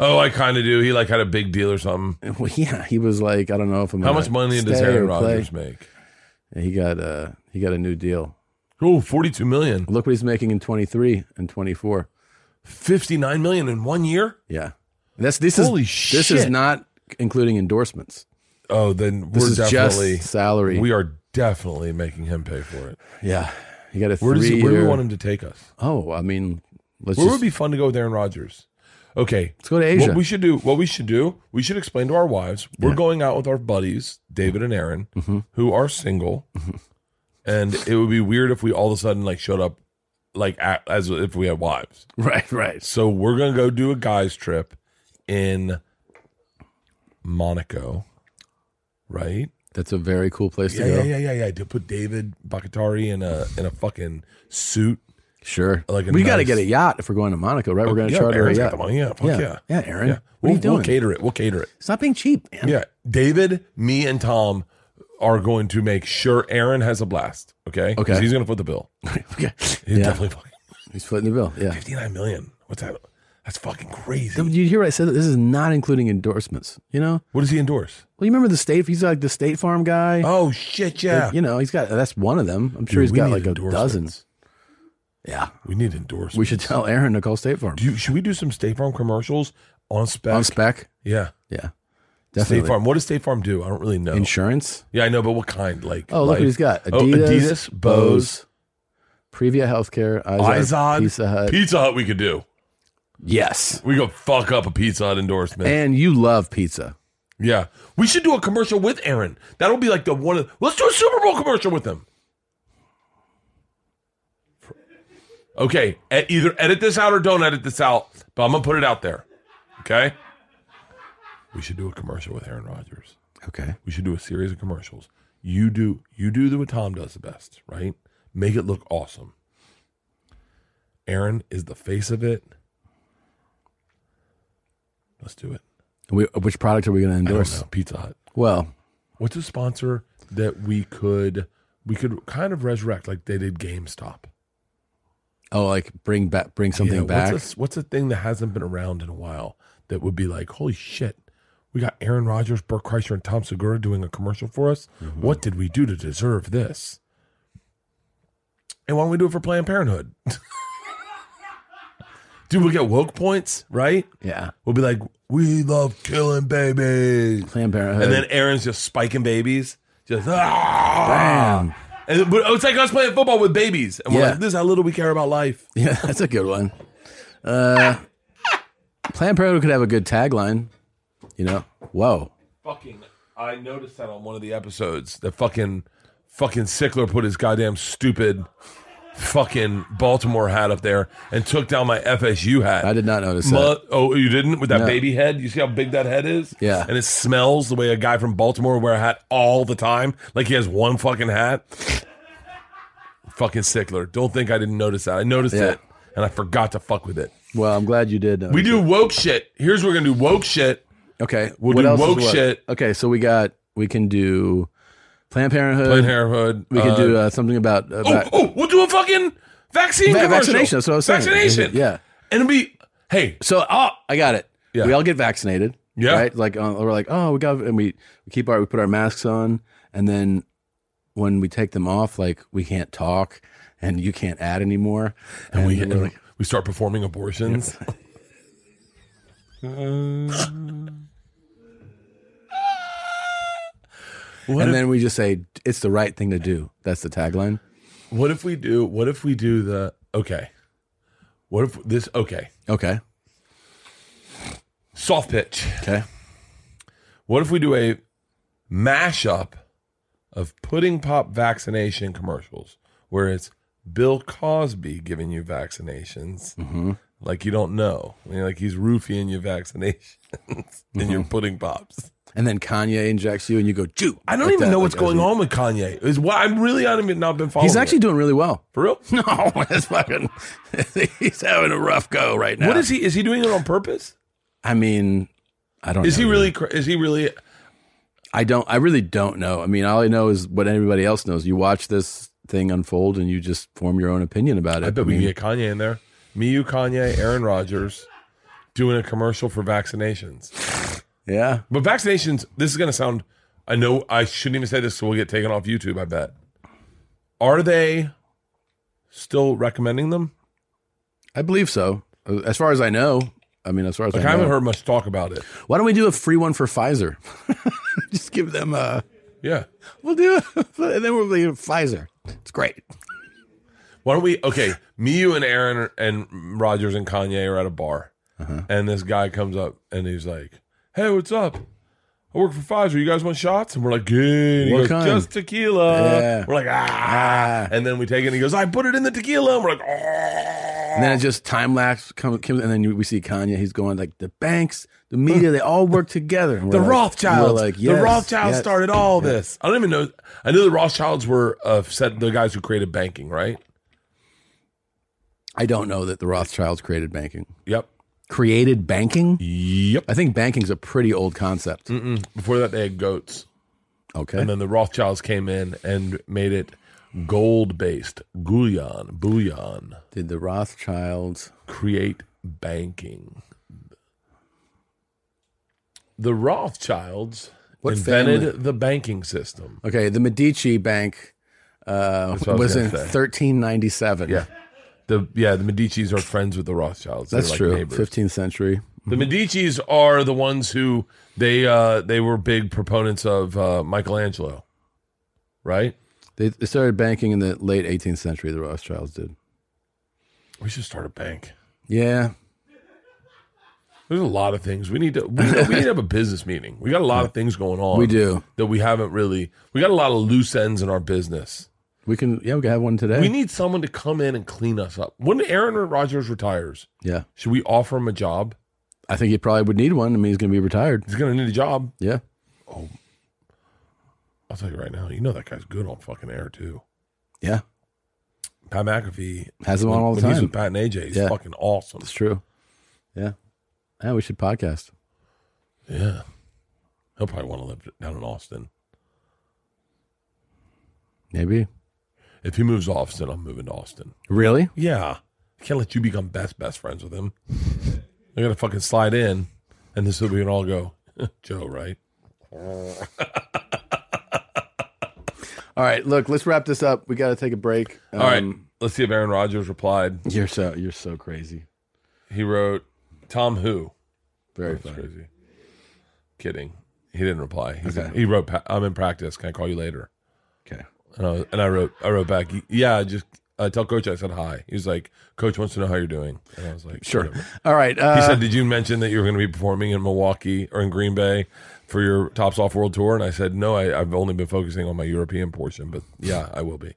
Speaker 2: Oh, I kind of do. He like had a big deal or something.
Speaker 1: Well, yeah, he was like, I don't know if I'm.
Speaker 2: How
Speaker 1: gonna
Speaker 2: much money does
Speaker 1: stay or
Speaker 2: Aaron
Speaker 1: play.
Speaker 2: Rodgers make?
Speaker 1: And he got uh he got a new deal.
Speaker 2: Oh, 42 million.
Speaker 1: Look what he's making in 23 and 24.
Speaker 2: 59 million in one year?
Speaker 1: Yeah, that's this
Speaker 2: Holy
Speaker 1: is this is
Speaker 2: shit.
Speaker 1: not including endorsements.
Speaker 2: Oh, then
Speaker 1: This
Speaker 2: we're
Speaker 1: is
Speaker 2: definitely
Speaker 1: just salary.
Speaker 2: we are definitely making him pay for it.
Speaker 1: yeah, he got a
Speaker 2: Where does
Speaker 1: three
Speaker 2: he, where do
Speaker 1: year.
Speaker 2: we want him to take us?
Speaker 1: oh, I mean, let's
Speaker 2: Where
Speaker 1: just
Speaker 2: would be fun to go with Aaron Rodgers? Okay,
Speaker 1: let's go to Asia.
Speaker 2: What we should do, what we should do, we should explain to our wives. We're going out with our buddies, David and Aaron,
Speaker 1: Mm-hmm.
Speaker 2: who are single, and it would be weird if we all of a sudden like showed up, like a as if we had wives.
Speaker 1: right, right.
Speaker 2: So we're gonna go do a guys trip in Monaco, right?
Speaker 1: That's a very cool place to
Speaker 2: Yeah,
Speaker 1: go.
Speaker 2: yeah, yeah, yeah, yeah. To put David Bakatari in a in a fucking suit.
Speaker 1: Sure.
Speaker 2: Like a
Speaker 1: we got to
Speaker 2: nice- Oh,
Speaker 1: get a yacht if we're going to Monaco, right? We're going to
Speaker 2: yeah,
Speaker 1: charter
Speaker 2: Aaron's
Speaker 1: a
Speaker 2: got
Speaker 1: yacht.
Speaker 2: the money. Yeah, fuck
Speaker 1: yeah,
Speaker 2: yeah.
Speaker 1: yeah, Aaron.
Speaker 2: Yeah,
Speaker 1: What are
Speaker 2: we'll,
Speaker 1: you doing?
Speaker 2: we'll cater it. We'll cater it.
Speaker 1: Stop being cheap, man.
Speaker 2: Yeah, David, me, and Tom are going to make sure Aaron has a blast. Okay, 'Cause
Speaker 1: Okay.
Speaker 2: he's gonna foot the bill.
Speaker 1: okay.
Speaker 2: He's
Speaker 1: Yeah.
Speaker 2: definitely fucking
Speaker 1: He's footing the bill. Yeah.
Speaker 2: fifty nine million. What's that? That's fucking
Speaker 1: Did
Speaker 2: crazy.
Speaker 1: You hear what I said? This is not including endorsements. You know,
Speaker 2: What does he endorse?
Speaker 1: well, you remember the state. He's like the State Farm guy.
Speaker 2: Oh shit! Yeah,
Speaker 1: You know, he's got that's one of them. I'm sure
Speaker 2: Dude,
Speaker 1: he's
Speaker 2: we
Speaker 1: got like
Speaker 2: need
Speaker 1: a dozen.
Speaker 2: endorsements.
Speaker 1: Yeah,
Speaker 2: We need endorsements.
Speaker 1: we should tell Aaron to call State Farm
Speaker 2: Do you, should we do some State Farm commercials on spec?
Speaker 1: on spec.
Speaker 2: yeah,
Speaker 1: Yeah, definitely
Speaker 2: State Farm. What does State Farm do? I don't really know.
Speaker 1: insurance.
Speaker 2: yeah, I know, but what kind? Like
Speaker 1: Oh, look
Speaker 2: life-
Speaker 1: what he's got:
Speaker 2: Oh,
Speaker 1: Adidas,
Speaker 2: Adidas, Bose,
Speaker 1: Previa Healthcare, Izod,
Speaker 2: Izod,
Speaker 1: Pizza Hut.
Speaker 2: Pizza Hut. We could do.
Speaker 1: yes,
Speaker 2: We could fuck up a Pizza Hut endorsement.
Speaker 1: and you love pizza.
Speaker 2: Yeah, we should do a commercial with Aaron. That'll be like the one. Of, let's do a Super Bowl commercial with him. Okay, e- either edit this out or don't edit this out, but I'm gonna put it out there. Okay. We should do a commercial with Aaron Rodgers.
Speaker 1: Okay,
Speaker 2: We should do a series of commercials. You do you do the what Tom does the best, right? Make it look awesome. Aaron is the face of it. Let's do it.
Speaker 1: we, which product are we going to
Speaker 2: I don't
Speaker 1: endorse?
Speaker 2: know. Pizza Hut.
Speaker 1: Well,
Speaker 2: What's a sponsor that we could we could kind of resurrect like they did GameStop?
Speaker 1: oh, like bring back, bring something
Speaker 2: Yeah,
Speaker 1: back.
Speaker 2: What's a, what's a thing that hasn't been around in a while that would be like, holy shit, we got Aaron Rodgers, Burke Kreischer, and Tom Segura doing a commercial for us. What did we do to deserve this? And why don't we do it for Planned Parenthood? Dude, we'll get woke points, right?
Speaker 1: yeah,
Speaker 2: We'll be like, we love killing babies.
Speaker 1: Planned Parenthood.
Speaker 2: And then Aaron's just spiking babies. Just ah!
Speaker 1: Bam.
Speaker 2: And but it's like us playing football with babies. And we're
Speaker 1: Yeah.
Speaker 2: like, this is how little we care about life.
Speaker 1: Yeah, that's a good one. Uh, Planned Parenthood could have a good tagline. You know, whoa,
Speaker 2: Fucking I noticed that on one of the episodes. That fucking fucking Sickler put his goddamn stupid fucking Baltimore hat up there and took down my FSU hat.
Speaker 1: I did not notice
Speaker 2: Mu-
Speaker 1: that.
Speaker 2: oh, you didn't with that
Speaker 1: No.
Speaker 2: baby head? You see how big that head is?
Speaker 1: Yeah.
Speaker 2: And it smells the way a guy from Baltimore would wear a hat all the time. Like he has one fucking hat. fucking Sickler. Don't think I didn't notice that. I noticed
Speaker 1: Yeah.
Speaker 2: it and I forgot to fuck with it.
Speaker 1: Well, I'm glad you did. Notice.
Speaker 2: We do woke shit. Here's what we're gonna do woke shit.
Speaker 1: okay.
Speaker 2: we'll
Speaker 1: what
Speaker 2: do
Speaker 1: else is
Speaker 2: woke
Speaker 1: what?
Speaker 2: shit.
Speaker 1: Okay, so we got we can do Planned Parenthood.
Speaker 2: Plain hair hood.
Speaker 1: We can do uh, something about, about
Speaker 2: Oh, oh, we'll do a fucking vaccine
Speaker 1: va-
Speaker 2: commercial.
Speaker 1: vaccination. That's what I was saying.
Speaker 2: Vaccination.
Speaker 1: Yeah.
Speaker 2: And it'll be hey,
Speaker 1: So oh, I got it.
Speaker 2: Yeah.
Speaker 1: We all get vaccinated.
Speaker 2: Yeah.
Speaker 1: Right. Like uh, we're like, oh, we got, and we, we keep our, we put our masks on, and then when we take them off, like we can't talk, and you can't add anymore, and,
Speaker 2: we,
Speaker 1: we're like,
Speaker 2: we start performing abortions. Uh, what
Speaker 1: and
Speaker 2: if,
Speaker 1: then we just say it's the right thing to do. That's the tagline.
Speaker 2: what if we do what if we do the okay. What if this okay.
Speaker 1: Okay.
Speaker 2: Soft pitch.
Speaker 1: Okay.
Speaker 2: What if we do a mashup of pudding pop vaccination commercials where it's Bill Cosby giving you vaccinations
Speaker 1: Mm-hmm.
Speaker 2: like you don't know? I mean, like he's roofing you vaccinations in
Speaker 1: Mm-hmm.
Speaker 2: your pudding pops.
Speaker 1: And then Kanye injects you, and you go, Jew.
Speaker 2: I don't
Speaker 1: Like
Speaker 2: even
Speaker 1: that,
Speaker 2: know what's
Speaker 1: like,
Speaker 2: going
Speaker 1: as-
Speaker 2: on with Kanye. Is what I'm really I haven't even not been following.
Speaker 1: He's
Speaker 2: it.
Speaker 1: actually doing really well.
Speaker 2: for real.
Speaker 1: No, it's fucking. He's having a rough go right now.
Speaker 2: What is he? Is he doing it on purpose?
Speaker 1: I mean, I don't.
Speaker 2: Is
Speaker 1: know.
Speaker 2: he really? cra- Is he really?
Speaker 1: I don't. I really don't know. I mean, all I know is what everybody else knows. You watch this thing unfold, and you just form your own opinion about it.
Speaker 2: I bet we can get Kanye in there. Me, you, Kanye, Aaron Rodgers, doing a commercial for vaccinations.
Speaker 1: yeah.
Speaker 2: But vaccinations, this is going to sound, I know I shouldn't even say this, so we'll get taken off YouTube, I bet. Are they still recommending them?
Speaker 1: I believe so. As far as I know. I mean, as far as
Speaker 2: Like, I
Speaker 1: I know.
Speaker 2: haven't heard much talk about it.
Speaker 1: Why don't we do a free one for Pfizer? Just give them a.
Speaker 2: Yeah.
Speaker 1: We'll do it, and then we'll do Pfizer. It's great.
Speaker 2: Why don't we? Okay, me, you, and Aaron are- and Rogers and Kanye are at a bar,
Speaker 1: Uh-huh.
Speaker 2: and this guy comes up and he's like, "Hey, what's up? I work for Pfizer. You guys want shots?" And we're like, "Good." He
Speaker 1: What
Speaker 2: goes,
Speaker 1: kind?
Speaker 2: "Just tequila."
Speaker 1: Yeah.
Speaker 2: We're like, ah.
Speaker 1: Ah.
Speaker 2: and then we take it. and He goes, "I put it in the tequila." And we're like, "Ah."
Speaker 1: And then it just time lapse comes, comes, and then you- we see Kanye. He's going like the banks, the media, they all work together. And we're
Speaker 2: The
Speaker 1: like-
Speaker 2: Rothschilds.
Speaker 1: we're like, yes,
Speaker 2: the Rothschilds
Speaker 1: yes.
Speaker 2: started all this. I don't even know. I knew the Rothschilds were uh, said the guys who created banking, right?
Speaker 1: I don't know that the Rothschilds created banking.
Speaker 2: Yep.
Speaker 1: Created banking?
Speaker 2: Yep.
Speaker 1: I think banking's a pretty old concept.
Speaker 2: Before that, they had goats.
Speaker 1: Okay.
Speaker 2: And then the Rothschilds came in and made it gold based. Bullion, bullion.
Speaker 1: Did the Rothschilds?
Speaker 2: Create banking. The Rothschilds
Speaker 1: What
Speaker 2: invented
Speaker 1: family?
Speaker 2: the banking system.
Speaker 1: Okay, the Medici Bank uh,
Speaker 2: what I was
Speaker 1: was in
Speaker 2: gonna say.
Speaker 1: 1397.
Speaker 2: Yeah. The yeah, the Medici's are friends with the Rothschilds. They're
Speaker 1: that's
Speaker 2: like
Speaker 1: true.
Speaker 2: neighbors.
Speaker 1: 15th century.
Speaker 2: The Medici's are the ones who they uh they were big proponents of uh Michelangelo. Right?
Speaker 1: They, they started banking in the late 18th century. The Rothschilds did.
Speaker 2: We should start a bank.
Speaker 1: Yeah,
Speaker 2: There's a lot of things we need to we, we need to have a business meeting. We got a lot of things going on.
Speaker 1: we do.
Speaker 2: that we haven't really. We got a lot of loose ends in our business.
Speaker 1: We can. Yeah, we can have one today.
Speaker 2: We need someone to come in and clean us up. When Aaron Rodgers retires,
Speaker 1: yeah,
Speaker 2: should we offer him a job?
Speaker 1: I think he probably would need one. I mean, he's going to be retired.
Speaker 2: He's gonna need a job.
Speaker 1: Yeah.
Speaker 2: I'll tell you right now. You know that guy's good on fucking air too.
Speaker 1: Yeah.
Speaker 2: Pat McAfee
Speaker 1: Has him on all the
Speaker 2: when He's
Speaker 1: time.
Speaker 2: with Pat and AJ. He's
Speaker 1: Yeah.
Speaker 2: fucking awesome.
Speaker 1: It's true. Yeah. Yeah, we should podcast.
Speaker 2: Yeah. He'll probably want to live down in Austin.
Speaker 1: Maybe.
Speaker 2: If he moves to Austin, I'm moving to Austin.
Speaker 1: Really?
Speaker 2: Yeah. I can't let you become best best friends with him. I gotta fucking slide in and this will we can all go, Joe, right?
Speaker 1: All right. Look, let's wrap this up. We got to take a break. Um,
Speaker 2: All right. Let's see if Aaron Rodgers replied.
Speaker 1: You're so you're so crazy.
Speaker 2: He wrote, Tom who?
Speaker 1: Very
Speaker 2: Oh, That's
Speaker 1: funny.
Speaker 2: crazy. Kidding. He didn't reply. He's
Speaker 1: Okay.
Speaker 2: he wrote, "Pa- I'm in practice. Can I call you later?
Speaker 1: Okay.
Speaker 2: And I, was- and I wrote, I wrote back, yeah, just uh, tell coach I said hi. He was like, coach wants to know how you're doing. And I was like,
Speaker 1: Sure.
Speaker 2: "Whatever."
Speaker 1: All right. Uh,
Speaker 2: He said, "Did you mention that you were going to be performing in Milwaukee or in Green Bay for your Tops Off World Tour?" And I said, "No, I, I've only been focusing on my European portion, but yeah, I will be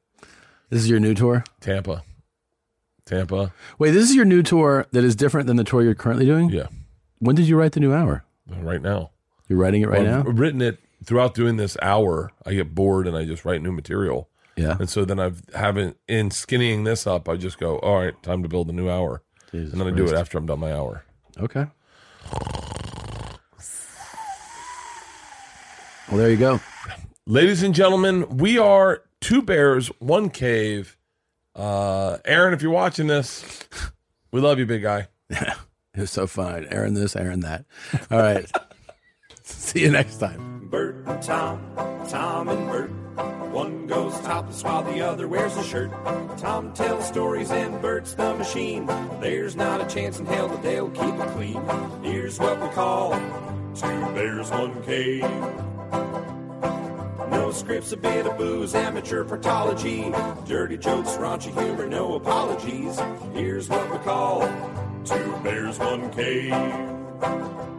Speaker 1: this is your new tour.
Speaker 2: Tampa, Tampa,
Speaker 1: Wait, this is your new tour that is different than the tour you're currently doing.
Speaker 2: yeah,
Speaker 1: When did you write the new hour?
Speaker 2: right now,
Speaker 1: You're writing it right
Speaker 2: Well, I've
Speaker 1: now.
Speaker 2: written it throughout doing this hour. I get bored and I just write new material,
Speaker 1: Yeah.
Speaker 2: and so then I've haven't in skinnying this up. I just go, all right, time to build a new hour,
Speaker 1: Jesus
Speaker 2: and then I do it after I'm done my hour.
Speaker 1: Okay. Well, there you go.
Speaker 2: ladies and gentlemen, we are two bears, one cave. Uh, Aaron, if you're watching this, we love you, big guy.
Speaker 1: It was so fun. Aaron this, Aaron that. All right. See you next time.
Speaker 3: Bert and Tom, Tom and Bert. One goes topless while the other wears a shirt. Tom tells stories and Bert's the machine. There's not a chance in hell that they'll keep it clean. Here's what we call two bears, one cave. No scripts, a bit of booze, amateur partology. Dirty jokes, raunchy humor, no apologies. Here's what we call two bears, one cave.